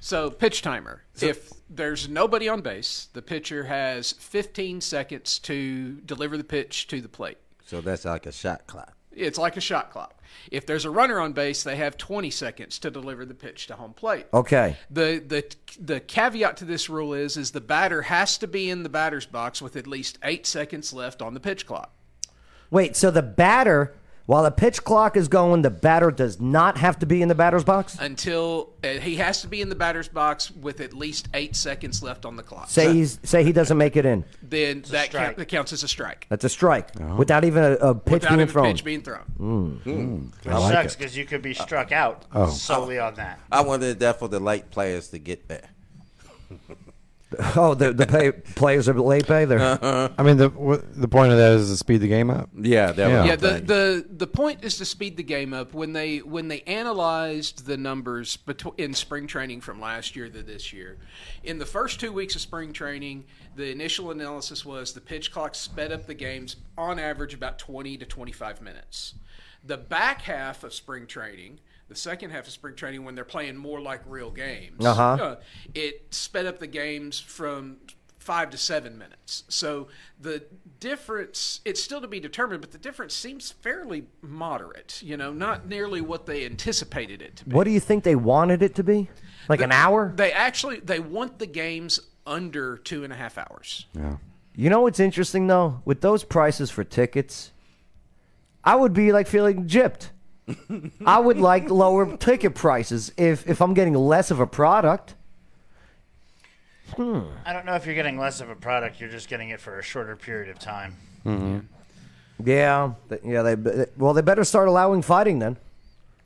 So pitch timer. if there's nobody on base, the pitcher has 15 seconds to deliver the pitch to the plate. So that's like a shot clock. It's like a shot clock. If there's a runner on base, they have 20 seconds to deliver the pitch to home plate. Okay, The the the caveat to this rule is is the batter has to be in the batter's box with at least 8 seconds left on the pitch clock. wait. So the batter, while the pitch clock is going, the batter does not have to be in the batter's box. until uh, he has to be in the batter's box with at least eight seconds left on the clock. Say he's say he doesn't make it in. then that, count, that counts as a strike That's a strike Uh-huh. without even a, a pitch without being even a thrown. pitch being thrown. Mm. Which sucks because you could be struck out Oh. solely on that. I wanted that for the light players to get there. Oh, the the pay, players are late pay. They're Uh-huh. I mean, the wh- the point of that is to speed the game up. Yeah, that Yeah, the, the the point is to speed the game up. When they when they analyzed the numbers betw- in spring training from last year to this year, in the first two weeks of spring training, the initial analysis was the pitch clock sped up the games on average about twenty to twenty five minutes. The back half of spring training, the second half of spring training, when they're playing more like real games, Uh-huh. uh, it sped up the games from five to seven minutes. So the difference, it's still to be determined, but the difference seems fairly moderate. You know, not nearly what they anticipated it to be. What do you think they wanted it to be? Like an hour? They actually they want the games under two and a half hours. Yeah. You know what's interesting though? With those prices for tickets, I would be like feeling gypped. I would like lower ticket prices if if I'm getting less of a product. Hmm. I don't know if you're getting less of a product. You're just getting it for a shorter period of time. Yeah, th- yeah. They be- well, they better start allowing fighting then.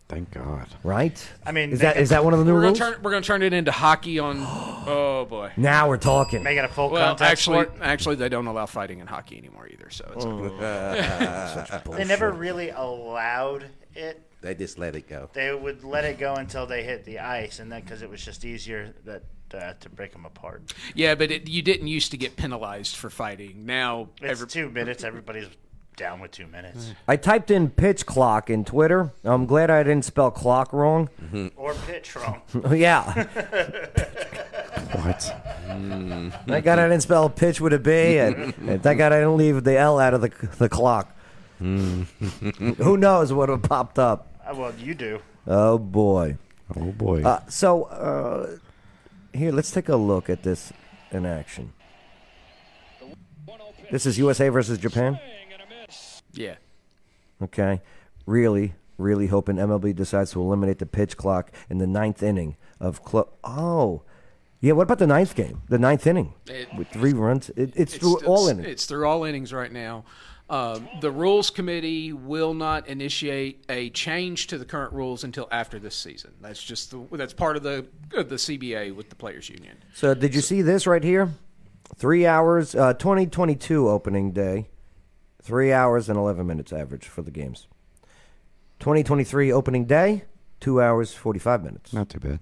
Thank God. Right? I mean, is they that can- is that one of the new we're rules? Gonna turn, we're going to turn it into hockey on. oh boy. now we're talking. Make it a full Well, contact actually, sport. actually, they don't allow fighting in hockey anymore either. So it's Such They never really allowed it. They just let it go. They would let it go until they hit the ice, and then because it was just easier that uh, to break them apart. yeah, but it, you didn't used to get penalized for fighting. Now It's two minutes. Everybody's down with two minutes. I typed in pitch clock in Twitter. I'm glad I didn't spell clock wrong. Or pitch wrong. yeah. What? Thank God I didn't spell pitch with a B, and, and thank God I didn't leave the L out of the the clock. Hmm. Who knows what would have popped up? Uh, well, you do. Oh boy. Oh boy. Uh, so uh, here, let's take a look at this in action. This is USA versus Japan. yeah. Okay. Really, really hoping MLB decides to eliminate the pitch clock in the ninth inning of clo Oh. Yeah, what about the ninth game? The ninth inning? It- With three runs? It, it's, through all innings. It's through all innings right now. Um, the rules committee will not initiate a change to the current rules until after this season. That's just the, that's part of the of the CBA with the players union. So did you see this right here? Three hours, uh, 2022 opening day. Three hours and 11 minutes average for the games. 2023 opening day, two hours, 45 minutes. Not too bad.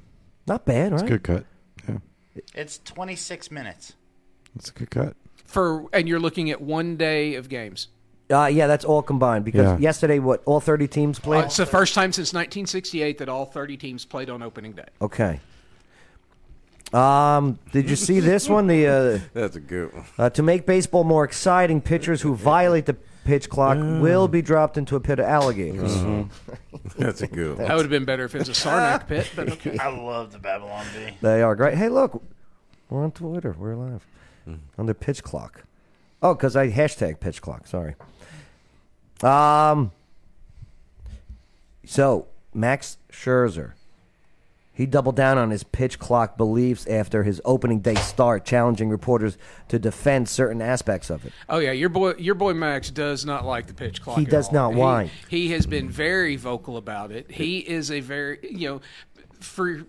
Not bad, right? It's a good cut. Yeah, It's 26 minutes. it's a good cut. For and you're looking at one day of games. Uh, yeah, that's all combined because Yeah. yesterday, what all thirty teams Uh, played. it's the first time since 1968 that all 30 teams played on opening day. Okay. Um, did you see this one? The uh, That's a good one. Uh, to make baseball more exciting, pitchers who violate the pitch clock will be dropped into a pit of alligators. Mhm. That's a good That would have been better if it was a Sarnak pit, but okay. I love the Babylon Bee. They are great. Hey, look, we're on Twitter. We're live Hmm. under pitch clock. Oh, because I hashtag pitch clock. Sorry. Um. So Max Scherzer, he doubled down on his pitch clock beliefs after his opening day start, challenging reporters to defend certain aspects of it. Oh yeah, your boy, your boy Max does not like the pitch clock. He at does all. not He- whine. He, has been very vocal about it. He is a very, you know, for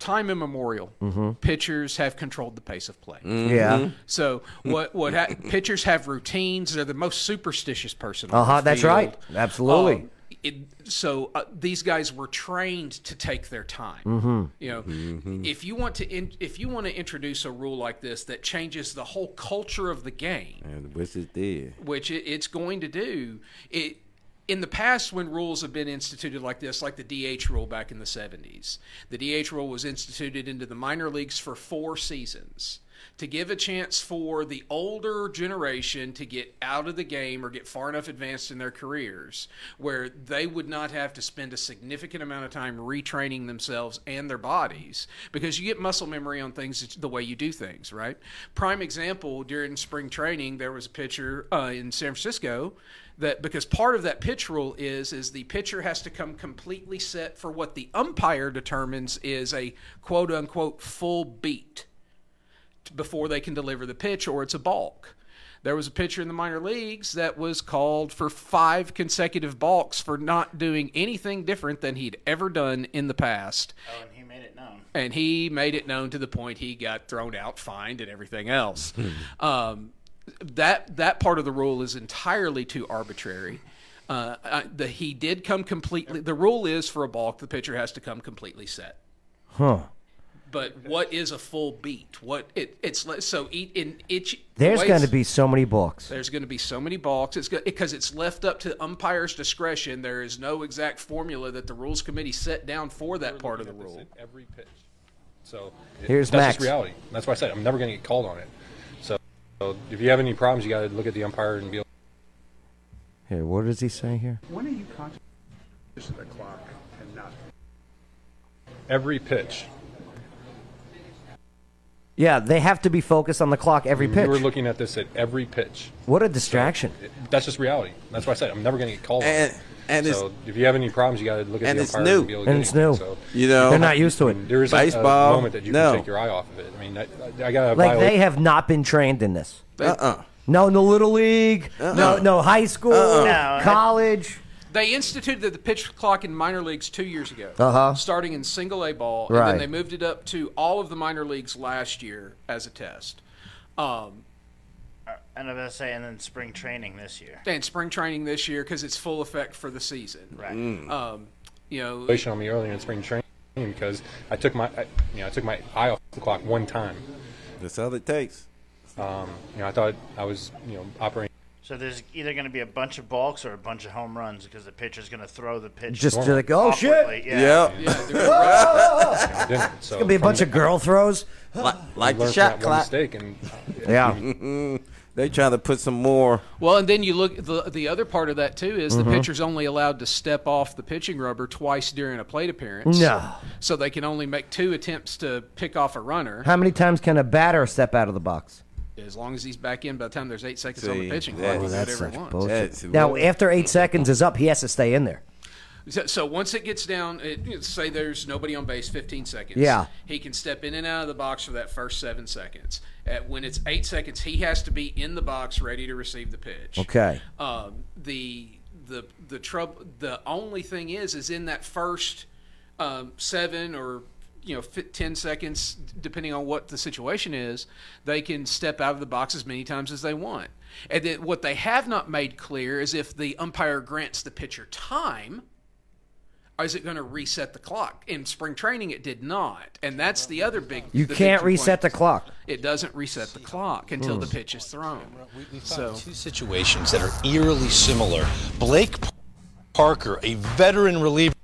time immemorial, Mhm. pitchers have controlled the pace of play. Mm. Mm-hmm. Yeah. So what what ha- pitchers have routines? They're the most superstitious person. on Uh huh. the That's field. right. Absolutely. Um, it, so uh, these guys were trained to take their time. Mhm. You know, if you want to in, if you want to introduce a rule like this that changes the whole culture of the game And which is dead. which it, it's going to do. It in the past when rules have been instituted like this, like the DH rule back in the 70s. The DH rule was instituted into the minor leagues for 4 seasons to give a chance for the older generation to get out of the game or get far enough advanced in their careers where they would not have to spend a significant amount of time retraining themselves and their bodies because you get muscle memory on things that- the way you do things, right? Prime example during spring training, there was a pitcher uh, in San Francisco that because part of that pitch rule is is the pitcher has to come completely set for what the umpire determines is a quote unquote full beat before they can deliver the pitch or it's a balk. There was a pitcher in the minor leagues that was called for five consecutive balks for not doing anything different than he'd ever done in the past. Oh, and he made it known. And he made it known to the point he got thrown out, fined, and everything else. um, that that part of the rule is entirely too arbitrary. Uh, I, the, he did come completely. The rule is for a balk, the pitcher has to come completely set. Huh. But what is a full beat? What it, it's le- so eat in each. There's ways- going to be so many books. There's going to be so many balks. It's because it's left up to umpires' discretion. There is no exact formula that the rules committee set down for that part of the rule. Every pitch. So Here's that's Max. just reality. That's why I said I'm never going to get called on it. So, so if you have any problems, you got to look at the umpire and be. Here, what does he say here? When are you conscious of the clock and not? Every pitch. Yeah, they have to be focused on the clock every You were pitch. looking at this at every pitch. What a distraction. That's just reality. That's why I said I'm never going to get called And- on it. and so if you have any problems, you got to look at and the it's umpire new. and be able to And get it's it. new. So You know, They're not used to it. there is Baseball, a moment that you no. can take your eye off of it. I mean, I, I got to Like, they have not been trained in this. Uh-uh. No, in the Little League. No, no, high school, Uh-uh. No. college. They instituted the pitch clock in minor leagues two years ago, Uh-huh. starting in single A ball, Right. and then they moved it up to all of the minor leagues last year as a test. Um, And I'm gonna say, and then spring training this year. and spring training this year because it's full effect for the season. Right. Mm. Um, you know, situation on me earlier in spring training because I took my I, you know I took my eye off the clock one time. That's all it takes. Um, you know, I thought I was you know operating. So there's either going to be a bunch of balks or a bunch of home runs because the pitcher's going to throw the pitch. Just to like, oh, shit. awkwardly. Yeah. Yeah, they're gonna- Oh! I didn't. It's So going to be a from bunch of girl throws. Like, like learned the from shot that one clock. mistake and Yeah. Mhm. they trying to put some more. Well, and then you look the the other part of that too is Mhm. the pitcher's only allowed to step off the pitching rubber twice during a plate appearance. No. So they can only make two attempts to pick off a runner. How many times can a batter step out of the box? As long as he's back in by the time there's eight seconds on the See, pitching that- clock, he Oh, can do that's whatever he such wants. bullshit. Now, after eight seconds is up, he has to stay in there. So, so once it gets down, it, say there's nobody on base, 15 seconds. Yeah. He can step in and out of the box for that first seven seconds. At, when it's eight seconds, he has to be in the box ready to receive the pitch. Okay. Um, the the the trouble. The only thing is, is in that first um, seven or you know fi 10 seconds, depending on what the situation is, they can step out of the box as many times as they want. And then what they have not made clear is if the umpire grants the pitcher time is it going to reset the clock? In spring training, it did not, and that's the other big. You the big can't complaint. reset the clock. It doesn't reset the clock until Hmm. the pitch is thrown. So two situations that are eerily similar. Blake Parker, a veteran reliever,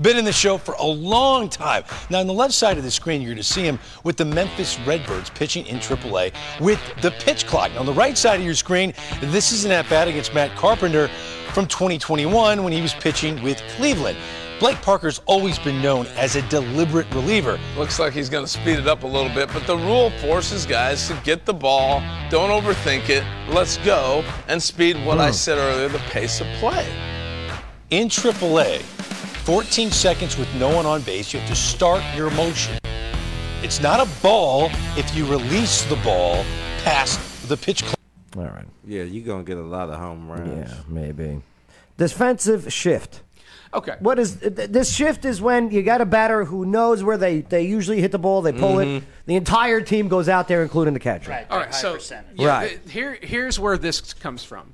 been in the show for a long time. Now, on the left side of the screen, you're going to see him with the Memphis Redbirds pitching in AAA with the pitch clock. Now, on the right side of your screen, this is an at bat against Matt Carpenter from 2021 when he was pitching with Cleveland. Blake Parker's always been known as a deliberate reliever. Looks like he's going to speed it up a little bit, but the rule forces guys to get the ball, don't overthink it, let's go, and speed what Hmm. I said earlier the pace of play. In AAA, 14 seconds with no one on base, you have to start your motion. It's not a ball if you release the ball past the pitch clock. All right. Yeah, you're gonna get a lot of home runs. Yeah, maybe. Defensive shift. Okay. What is th- this shift? Is when you got a batter who knows where they, they usually hit the ball, they pull Mhm. it. The entire team goes out there, including the catcher. All right, so yeah, Right. th- here, here's where this comes from.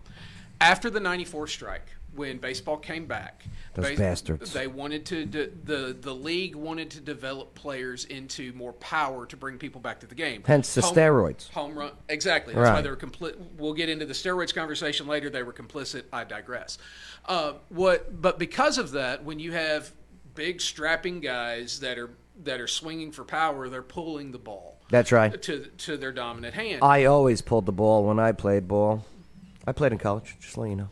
After the '94 strike, when baseball came back, Those bastards. They wanted to de- the the league wanted to develop players into more power to bring people back to the game. Hence the steroids. Home run, exactly. That's why Right. they were compli- We'll get into the steroids conversation later. They were complicit. I digress. Uh, what? But because of that, when you have big strapping guys that are that are swinging for power, they're pulling the ball. That's right. To to their dominant hand. I always pulled the ball when I played ball. I played in college, just so you know.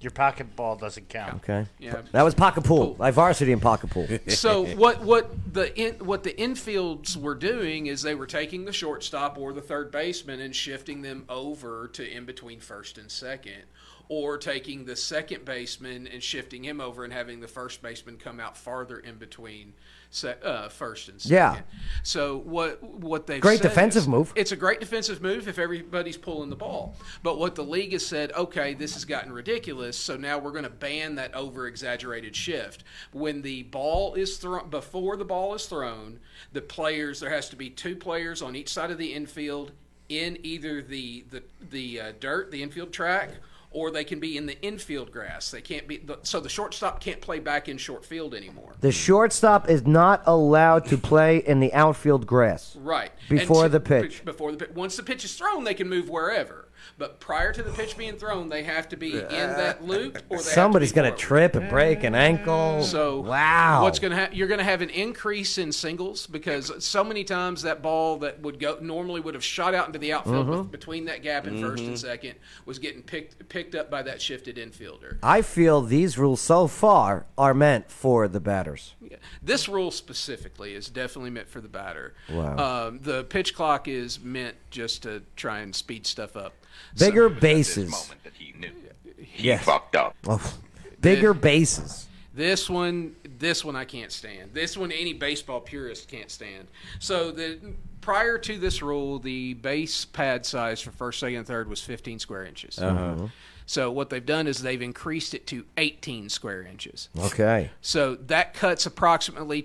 Your pocket ball doesn't count. Okay. Yeah. That was pocket pool. I varsity in pocket pool. so what what the in, what the infields were doing is they were taking the shortstop or the third baseman and shifting them over to in between first and second or taking the second baseman and shifting him over and having the first baseman come out farther in between se- uh, first and second. Yeah. So what what they've Great said defensive is- move. It's a great defensive move if everybody's pulling the ball. But what the league has said, okay, this has gotten ridiculous, so now we're going to ban that over exaggerated shift. When the ball is thrown before the ball is thrown, the players there has to be two players on each side of the infield in either the the the uh, dirt, the infield track, or they can be in the infield grass. They can't be the, so the shortstop can't play back in short field anymore. The shortstop is not allowed to play in the outfield grass. Right. And Before to- the pitch. Before the pitch. Once the pitch is thrown, they can move wherever. But prior to the pitch being thrown, they have to be in that loop or they Somebody's going to trip and break an ankle. So wow. what's going to happen? You're going to have an increase in singles because so many times that ball that would go normally would have shot out into the outfield Mhm. with- between that gap in first and Mhm. second was getting picked picked up by that shifted infielder. I feel these rules so far are meant for the batters. This rule specifically is definitely meant for the batter. Wow. Um, the pitch clock is meant just to try and speed stuff up. Bigger bases. He fucked up. Oh, bigger Did- bases. This one, this one I can't stand. This one any baseball purist can't stand. So the prior to this rule, the base pad size for first, second, and third was 15 square inches. Uh-huh. So what they've done is they've increased it to 18 square inches. Okay. So that cuts approximately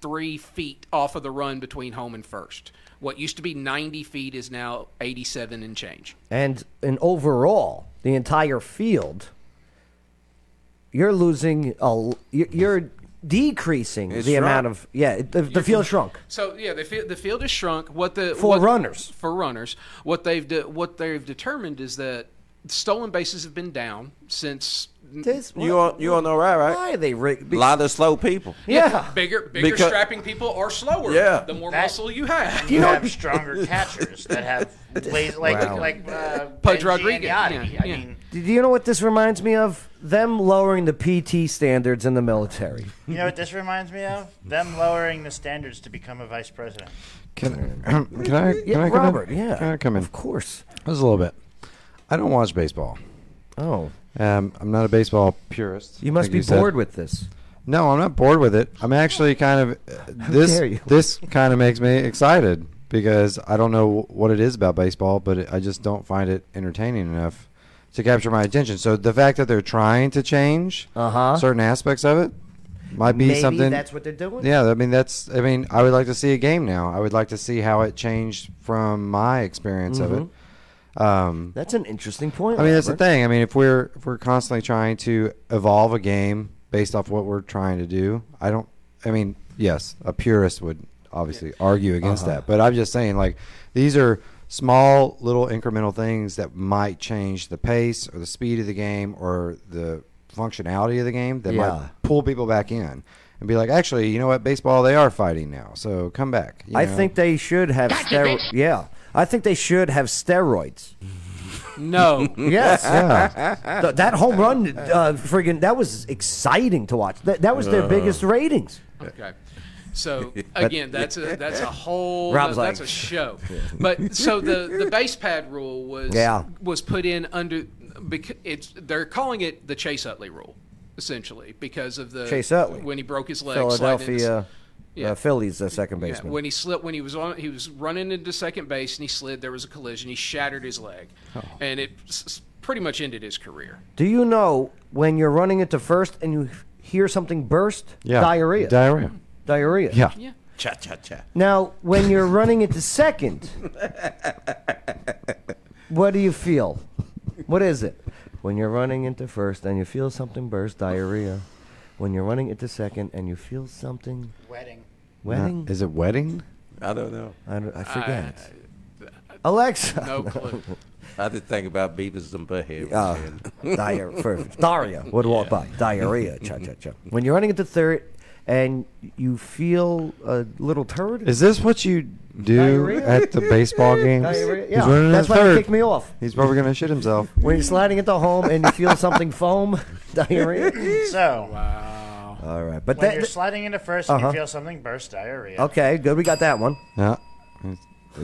2.3 feet off of the run between home and first. What used to be 90 feet is now 87 and change. And in overall, the entire field, you're losing a. l- You're you're decreasing It's the shrunk. amount of yeah. The, the field shrunk. So yeah, the field, the field is shrunk. What the For what- runners. for runners, what they've de- what they've determined is that stolen bases have been down since this. You on you on all right, right? Why are they rigged? A lot of slow people. bigger bigger Because- strapping people are slower. Yeah. the more muscle you have, You, have stronger catchers that have ways like Wow. like uh, Pudge Benji Rodriguez. Andiotti. Yeah, I yeah. mean, Do you know what this reminds me of? Them lowering the PT standards in the military. you know what this reminds me of? Them lowering the standards to become a vice president. Can, can I? Can Yeah, I come Robert, in? yeah. Can I come in? Of course. Just a little bit. I don't watch baseball. Oh. Um, I'm not a baseball purist. You must like be said. bored with this. No, I'm not bored with it. I'm actually kind of uh, this. dare you. This kind of makes me excited because I don't know what it is about baseball, but it, I just don't find it entertaining enough to capture my attention. So the fact that they're trying to change Uh-huh. certain aspects of it might be Maybe something. that's what they're doing? Yeah, I mean that's. I mean, I would like to see a game now. I would like to see how it changed from my experience of Mhm. it. Um, That's an interesting point. I mean, that's the Robert. thing. I mean, if we're if we're constantly trying to evolve a game based off what we're trying to do. I don't. I mean, yes, a purist would obviously argue against Uh-huh. that, but I'm just saying like these are small little incremental things that might change the pace or the speed of the game or the functionality of the game that Yeah. might pull people back in and be like, actually, you know what, baseball they are fighting now, so come back. you I know? think they should have steroids. Yeah, I think they should have steroids. No. yes. Yeah. Th- that home run, uh, friggin', that was exciting to watch. That, that was their Uh. biggest ratings. Okay. So But- again, that's a that's a whole Rob's that's like- a show. But so the the base pad rule was Yeah. was put in under because it's they're calling it the Chase Utley rule essentially because of the Chase Utley. when he broke his leg sliding into- Philadelphia Yeah. uh, Phillies, uh, second Yeah, baseman. when he slipped, when he was on, he was running into second base and he slid. There was a collision. He shattered his leg, Oh. and it s- s- pretty much ended his career. Do you know when you're running into first and you hear something burst? Yeah. Diarrhea. Diarrhea. Diarrhea. Yeah. Cha cha cha. Now, when you're running into second, what do you feel? What is it? When you're running into first and you feel something burst, diarrhea. When you're running into second and you feel something Wedding. wetting. Is it wedding? I don't know. I, don't- I forget. Alexa. No clue. I just think about Beavis and Butthead. Uh, diar- for, Daria would walk by. Diarrhea. Cha cha cha. When you're running into third and you feel a little turd. Is this what you do Diarrhea? at the baseball games? Diarrhea, He's yeah. running That's in why they third. kicked me off. He's probably gonna shit himself. When you're sliding into home and you feel something foam, diarrhea. So All right, but when that, you're sliding into 1st and Uh-huh. you feel something burst diarrhea. okay, good. We got that one. Yeah.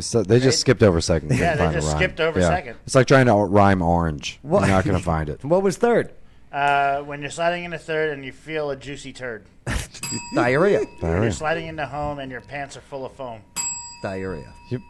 So they just skipped over second. Yeah, couldn't they find a just rhyme. skipped over Yeah. second. It's like trying to rhyme orange. What- You're not gonna find it. What was third? Uh, when you're sliding into third and you feel a juicy turd. Diarrhea. When You're sliding into home and your pants are full of foam. Diarrhea. Yep.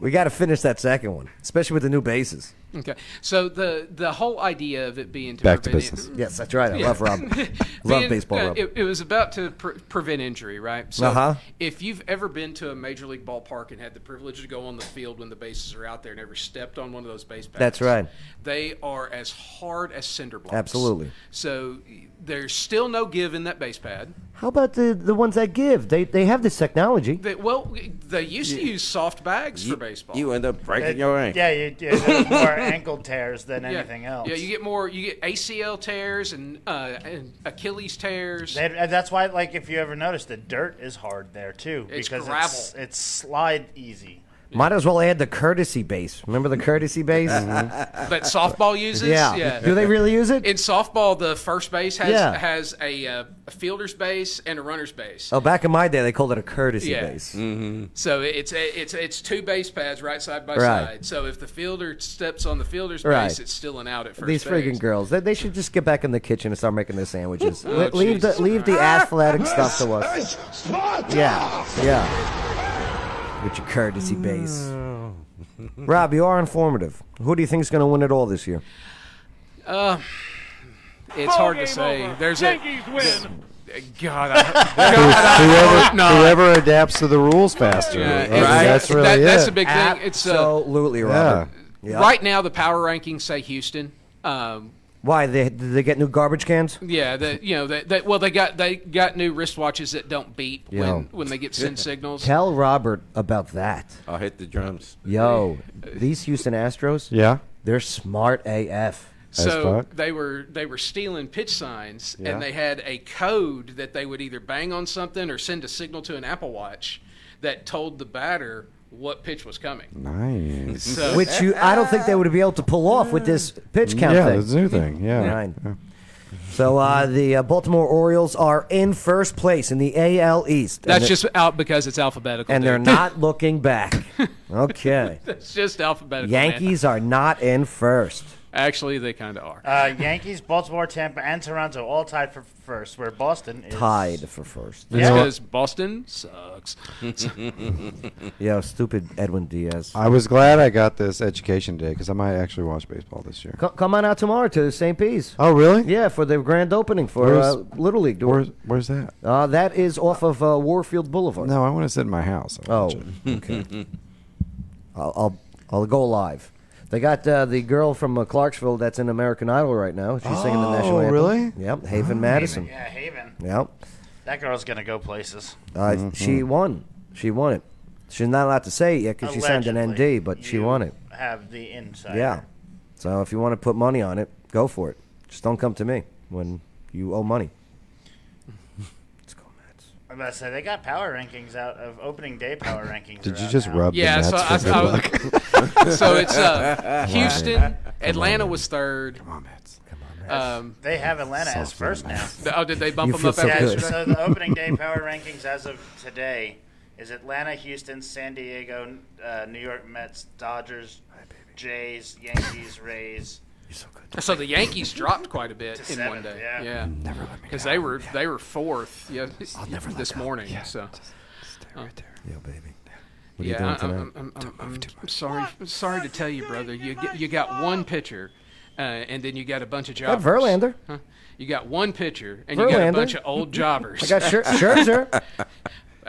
We got to finish that second one, especially with the new bases. Okay, so the the whole idea of it being to Back to prevent business. Yes, that's right. I love Rob. Love Being- baseball, uh, Rob. It, it was about to pre- prevent injury, right? So Uh-huh. if you've ever been to a major league ballpark and had the privilege to go on the field when the bases are out there and ever stepped on one of those base pads, That's right. They are as hard as cinder blocks. Absolutely. So there's still no give in that base pad. How about the the ones that give? They they have this technology. They, well, they used to use soft bags for baseball. You end up breaking your ankle. Yeah, you do. There's more ankle tears than Yeah. anything else. Yeah, you get more. You get ACL tears and, uh, and Achilles tears. They- and that's why, like, if you ever notice, the dirt is hard there too It's because it's gravel. it's slide easy. Might as well add the courtesy base. Remember the courtesy base? that softball uses. Yeah. Do they really use it? In softball, the first base has Yeah. has a, uh, a fielder's base and a runner's base. Oh, back in my day, they called it a courtesy Yeah. base. Mm-hmm. So it's it's it's two base pads right side by Right. side. So if the fielder steps on the fielder's Right. base, it's still an out at first These base. friggin' girls, they, they should just get back in the kitchen and start making their sandwiches. Oh, Le- leave the Jesus leave the Christ. athletic stuff to us. Yeah, yeah. With your courtesy base. Rob, you are informative. Who do you think is going to win it all this year? Uh, it's hard to say. There's a win. God, I, God, I whoever, hope not. whoever adapts to the rules faster. Yeah, I mean, it's- That's really that- it. that's a big thing. It's uh, Absolutely, Robert. Yeah. Right now, the power rankings say Houston. Um, Why they did they get new garbage cans? yeah, that you know that, that well they got they got new wristwatches that don't beat Yo. when when they get send signals. Tell Robert about that. I'll hit the drums. Yo, these Houston Astros. Yeah. they're smart AF. So they were they were stealing pitch signs, Yeah. and they had a code that they would either bang on something or send a signal to an Apple Watch that told the batter what pitch was coming. Nice. So- Mm-hmm. Which you, I don't think they would be able to pull off with this pitch count Yeah, thing. this new thing, yeah. Right. So uh, the uh, Baltimore Orioles are in first place in the AL East. And That's it- just out because it's alphabetical. and they're dude. not looking back. Okay. That's just alphabetical. man. Yankees are not in first. Actually, they kind of are. Uh, Yankees, Baltimore, Tampa, and Toronto all tied for first, where Boston is Tied for first. That's because Boston sucks. Yo, stupid Edwin Diaz. I was glad I got this education day because I might actually watch baseball this year. Co- come on out tomorrow to St. Pete's. Oh, really? Yeah, for the grand opening for Where's- uh, Little League. Where's, where's that? Uh, that is off of uh, Warfield Boulevard. No, I want to sit in my house. and watch Oh, it. okay. I'll, I'll I'll go live. They got uh, the girl from uh, Clarksville that's in American Idol right now. She's singing the Oh, national anthem. really? Yep, Haven Madison. Haven, yeah, Haven. Yep. That girl's gonna go places. Uh, Mm-hmm. She won. She won it. She's not allowed to say it yet because she signed an ND, but she won it. Have the inside. Yeah. So if you want to put money on it, go for it. Just don't come to me when you owe money. I'm about to say they got power rankings out of opening day power rankings. Did are you out just now. rub Yeah, the so Mets for I- good I- luck? so it's Wow. uh, Houston, Come on, Atlanta man. was third. Come on, Mets. Come on, Mets. Um, They have Atlanta as first now. Oh, did they bump You them feel up so after good. this? So the opening day power rankings as of today is Atlanta, Houston, San Diego, uh, New York Mets, Dodgers, Jays, Yankees, Rays. So the Yankees dropped quite a bit To in one seventh, day. yeah. Yeah, never let me because they were they were fourth. Yeah, I'll never this morning. So stay right there. Yo, baby. What are you Yeah, doing I- I'm, tonight? I'm, I'm, I'm, I'm, I'm sorry. I'm sorry to tell you, brother. You get, you got one pitcher, uh, and then you got a bunch of got jobbers. Verlander. Huh? You got one pitcher, and you got a Verlander. bunch of old jobbers. I got Scher- Scherzer.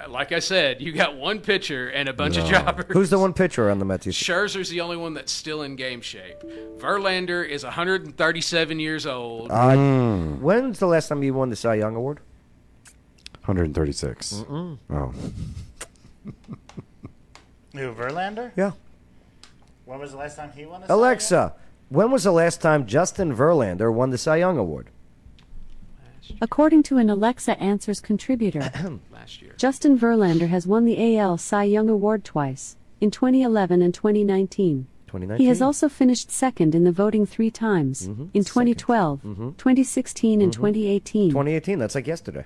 Like I said, you got one pitcher and a bunch of No. jobbers. Who's the one pitcher on the Mets? you think? Scherzer's the only one that's still in game shape. Verlander is 137 years old. Uh, When's the last time you won the Cy Young Award? 136. Mm-mm. Oh, Who, Verlander? Yeah. When was the last time he won a Cy Young? Alexa, when was the last time Justin Verlander won the Cy Young Award? According to an Alexa Answers contributor, Last year. Justin Verlander has won the AL Cy Young Award twice, in 2011 and 2019. 2019. He has also finished second in the voting three times, in 2012, Mhm. 2016, and 2018. 2018. That's like yesterday.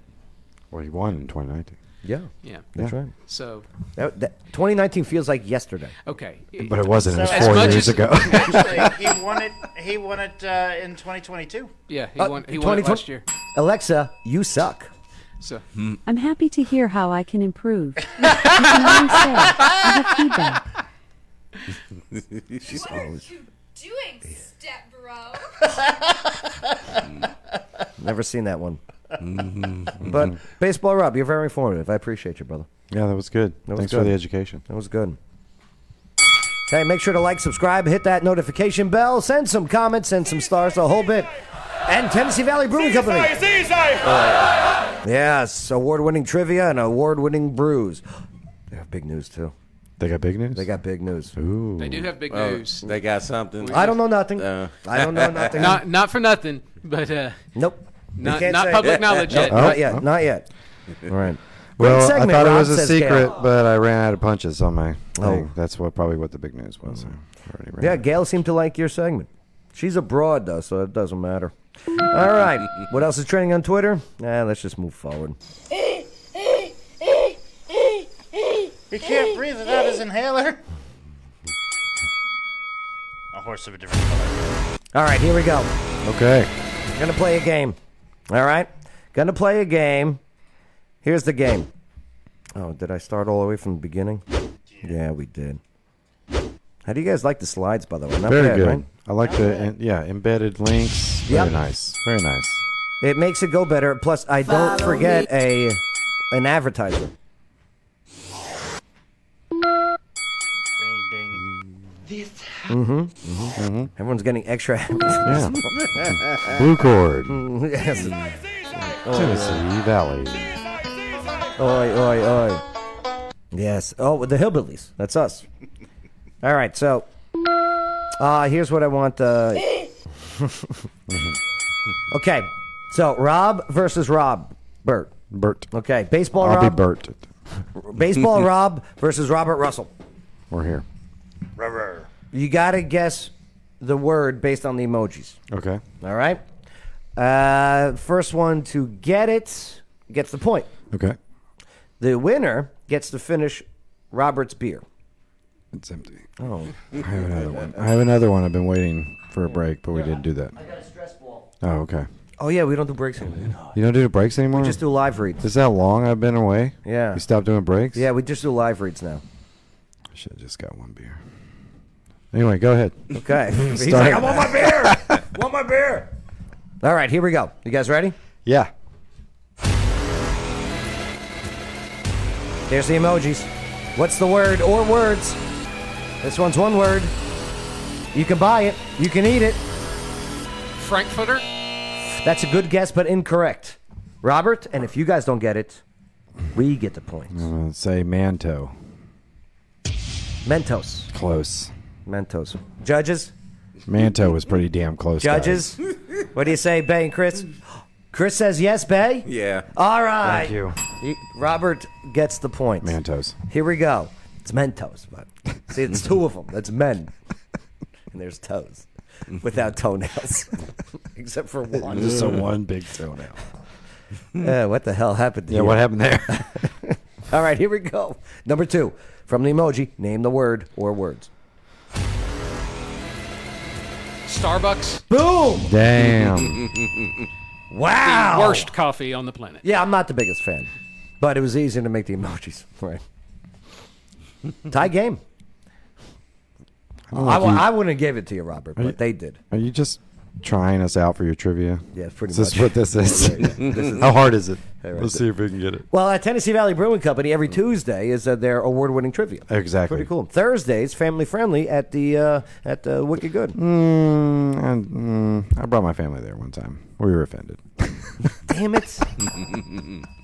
well, he won in 2019. Yeah. Yeah. That's Yeah. right. So- That- that- 2019 feels like yesterday. Okay. But it wasn't. It So- was four years ago. Actually, he won it. He won it uh, in 2022. Yeah, he Uh, won. He won 2020 it last year. Alexa, you suck. So I'm happy to hear how I can improve. you can even say, I have feedback. She's always doing, step bro? never seen that one. But baseball, Rob, you're very informative. I appreciate you, brother. yeah, that was good. That was Thanks for good. the education. That was good. Hey, make sure to like, subscribe, hit that notification bell, send some comments, send some stars, the whole bit. And Tennessee Valley Brewing Company. Yes, award winning trivia and award winning brews. They have big news, too. They got big news. They got big news. Ooh. they do have big Oh, Well, news. They got something. I don't know nothing. Uh. I don't know nothing. Not not for nothing, but uh, nope. We not, can't not say. Uh, public knowledge Nope, yet. Not yet. Not yet. All right. Oh. Well, Great I thought Rob it was a says secret, Gail. but I ran out of punches on my Oh. Mm. thing. That's what probably what the big news was. I already ran Yeah, out. Gail seemed to like your segment. She's abroad, though, so it doesn't matter. All right. What else is trending on Twitter? Nah, let's just move forward. He can't breathe without his inhaler. A horse of a different color. All right, here we go. Okay. Gonna play a game. All right. Gonna play a game. Here's the game. Oh, did I start all the way from the beginning? Yeah, we did. How do you guys like the slides, by the way? Not Very bad, good. right? I like the en- yeah embedded links. Very Yep. nice. Very nice. It makes it go better. Plus, I don't forget a an advertiser. This Mm-hmm. Everyone's getting extra. Yeah. advertisers. Blue cord. Uh, Mm, uh, yes. Tennessee Valley. Oi, oi, oi. Yes. Oh, the hillbillies. That's us. All right. So, uh, here's what I want. Uh... okay. So, Rob versus Rob. Bert. Bert. Okay. Baseball I'll Rob. be Bert. Baseball Rob versus Robert Russell. We're here. You got to guess the word based on the emojis. Okay. All right. Uh, first one to get it gets the point. Okay. The winner gets to finish Robert's beer. It's empty. Oh. I have another one. I have another one. I've been waiting for a break, but we didn't do that. got a stress ball. Oh, okay. Oh yeah, we don't do breaks anymore. You don't do the breaks anymore. just do live reads. Is that long? I've been away. Yeah. You stopped doing breaks. Yeah, we just do live reads now. I should have just got one beer. Anyway, go ahead. Okay. He's Start. like, I want my beer. want my beer. All right, here we go. You guys ready? Yeah. There's the emojis. What's the word or words? This one's one word. You can buy it. You can eat it. Frankfurter? That's a good guess, but incorrect. Robert, and if you guys don't get it, we get the point. I'm gonna say Manto. Mentos. Close. Mentos. Judges? Manto was pretty damn close. Judges? what do you say, Bay and Chris? Chris says yes, Bay? Yeah. All right. Thank you. You- Robert gets the point. Mantos. Here we go. It's Mentos, but see, it's two of them. That's men, and there's toes without toenails, except for one. Just a one big toenail. Yeah, what the hell happened? Yeah, here? what happened there? All right, here we go. Number two from the emoji. Name the word or words. Starbucks? Boom! Damn. wow. The worst coffee on the planet. Yeah, I'm not the biggest fan, but it was easier to make the emojis. Right. Tie game. I, don't know if wou- you- I wouldn't have gave it to you, Robert, but they did. Are you just trying us out for your trivia? Yeah, pretty is this much. what this is? Yeah, yeah. This is- How hard is it? Hey, right Let's there. see if we can get it. Well, at Tennessee Valley Brewing Company, every Tuesday is uh, their award-winning trivia. Exactly. Pretty cool. Thursdays, family friendly at the uh, at the Wicked Good. Mm, and, mm, I brought my family there one time. We were offended. Damn it!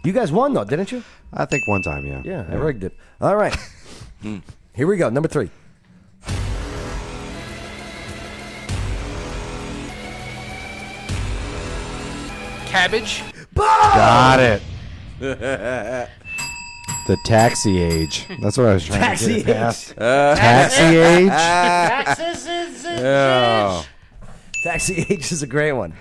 you guys won though, didn't you? I think one time, yeah. Yeah, I rigged it. All right, here we go. Number three. Cabbage? Got it. it. The taxi age. That's what I was trying Taxi to age. get past. Uh, taxi age. Taxes is a Oh. Taxi H is a great one.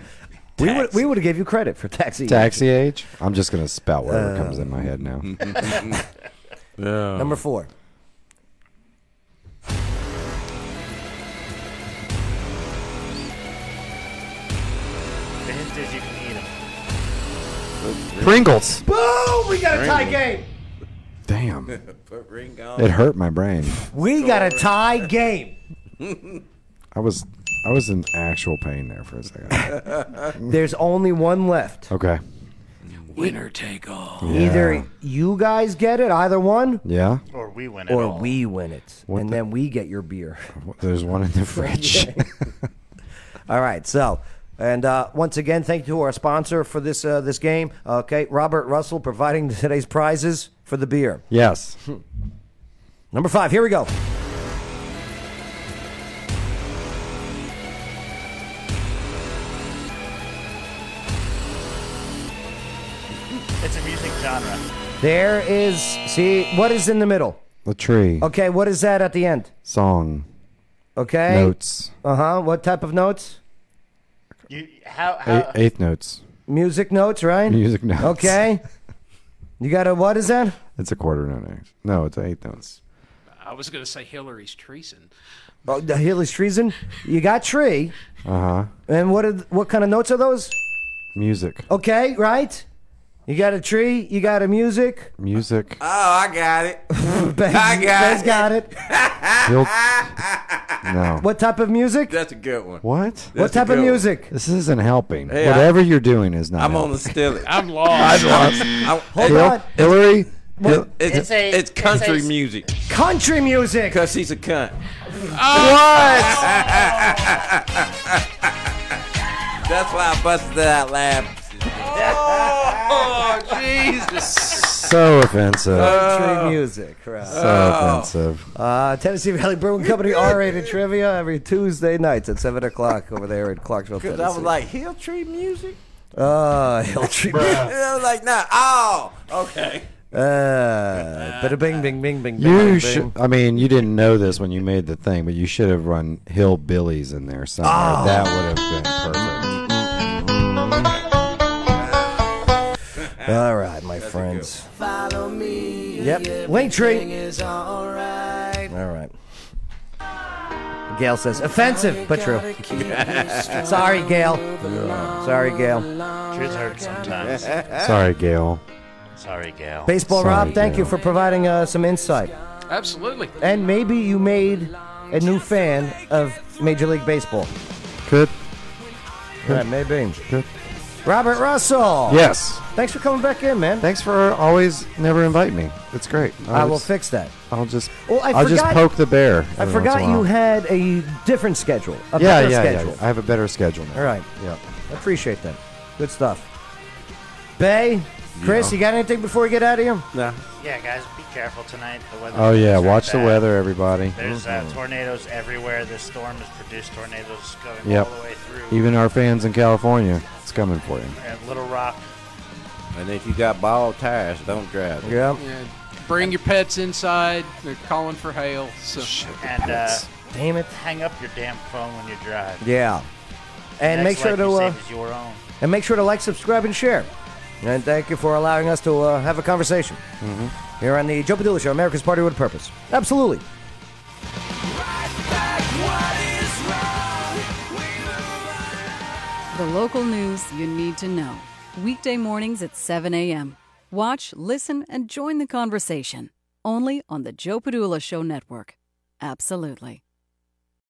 We would we would have gave you credit for Taxi. H. Taxi age. I'm just gonna spout whatever Uh. comes in my head now. Number four. The hint is you can eat them. Pringles. Boom! We got a tie Pringles. game. Damn. Put ring on. It hurt my brain. We got a tie game. I was I was in actual pain there for a second. There's only one left. Okay. Winner take all. Either you guys get it, either one, Yeah. Or we win it or all. we win it, and then we get your beer. There's one in the fridge. All right, so. And uh, once again, thank you to our sponsor for this uh, this game. Okay, Robert Russell providing today's prizes for the beer. yes. Number five, here we go. It's a music genre. There is, see, what is in the middle? The tree. Okay, what is that at the end? Song. Okay. Notes. Uh huh. What type of notes? You how Uh, how A- eighth notes. Music notes, right? Music notes. Okay. You got a, what is that? It's a quarter note. actually. No, it's eighth notes. I was going to say Hillary's treason. Oh, the Hilly's treason. You got tree. Uh huh. And what are, th- what kind of notes are those? Music. Okay, right? You got a tree, you got a music. Music. Oh, I got it. I Ben's got it. got it. Guilt. No. What type of music? That's a good one. What? what type of music? This isn't helping. Hey, I- Whatever you're doing is not. I'm helping. on the Stilly. I'm lost. I'm- Hold Hil- on. Hillary. Hil- It's, it's, It's a- it's country it's a- music. Country music. Because he's a cunt. That's why I busted that lab. Oh, Jesus. so offensive. Uh, Country music. Right. so oh. offensive. Uh, Tennessee Valley Brewing Company R-rated trivia every Tuesday nights at seven o'clock over there in Clarksville, Because Tennessee. I was like, hill tree music? uh, hill tree. And I was like, nah. Oh, okay. Uh, but a bing, bing, bing, bing, bing. You bing, should. bing. I mean, you didn't know this when you made the thing, but you should have run hillbillies in there somewhere. Oh. That would have been perfect. All right, my friends. Yep. Link tree. All right. Gail says offensive, but true. Sorry, Gail. Sorry, Gail. Truth hurts sometimes. Sorry, Gail. Sorry, Gail. Baseball Sorry, Rob, thank you Gail. for providing uh, some insight. Absolutely. And maybe you made a new fan of Major League Baseball. Could Yeah, maybe. Good. Robert Russell. Yes. Thanks for coming back in, man. Thanks for always never invite me. It's great. I will just- fix that. I'll just. Well, I will just forgot- poke the bear. I every once in forgot a while. you had a different schedule. A yeah, better yeah, schedule. yeah. I have a better schedule now. All right. Yeah. I appreciate that. Good stuff. Bay, Chris, Yeah. you got anything before we get out of here? No. Yeah, guys, be careful tonight. The weather. Oh yeah. is Watch the bad. weather, everybody. There's uh, tornadoes everywhere. This storm has produced tornadoes going Yep. all the way through. Even our fans in California, it's coming for you. at Little Rock. And if you got bald tires, don't drive. Yeah. Yeah, bring your pets inside. They're calling for hail. So. And uh, damn it, hang up your damn phone when you drive. Yeah. And Next make sure to life you uh, save is your own. and make sure to like, subscribe, and share. And thank you for allowing us to uh, have a conversation here on the Joe Padula Show, America's Party with a Purpose. Absolutely. The local news you need to know. Weekday mornings at 7 a.m. Watch, listen, and join the conversation. Only on the Joe Padula Show Network. Absolutely.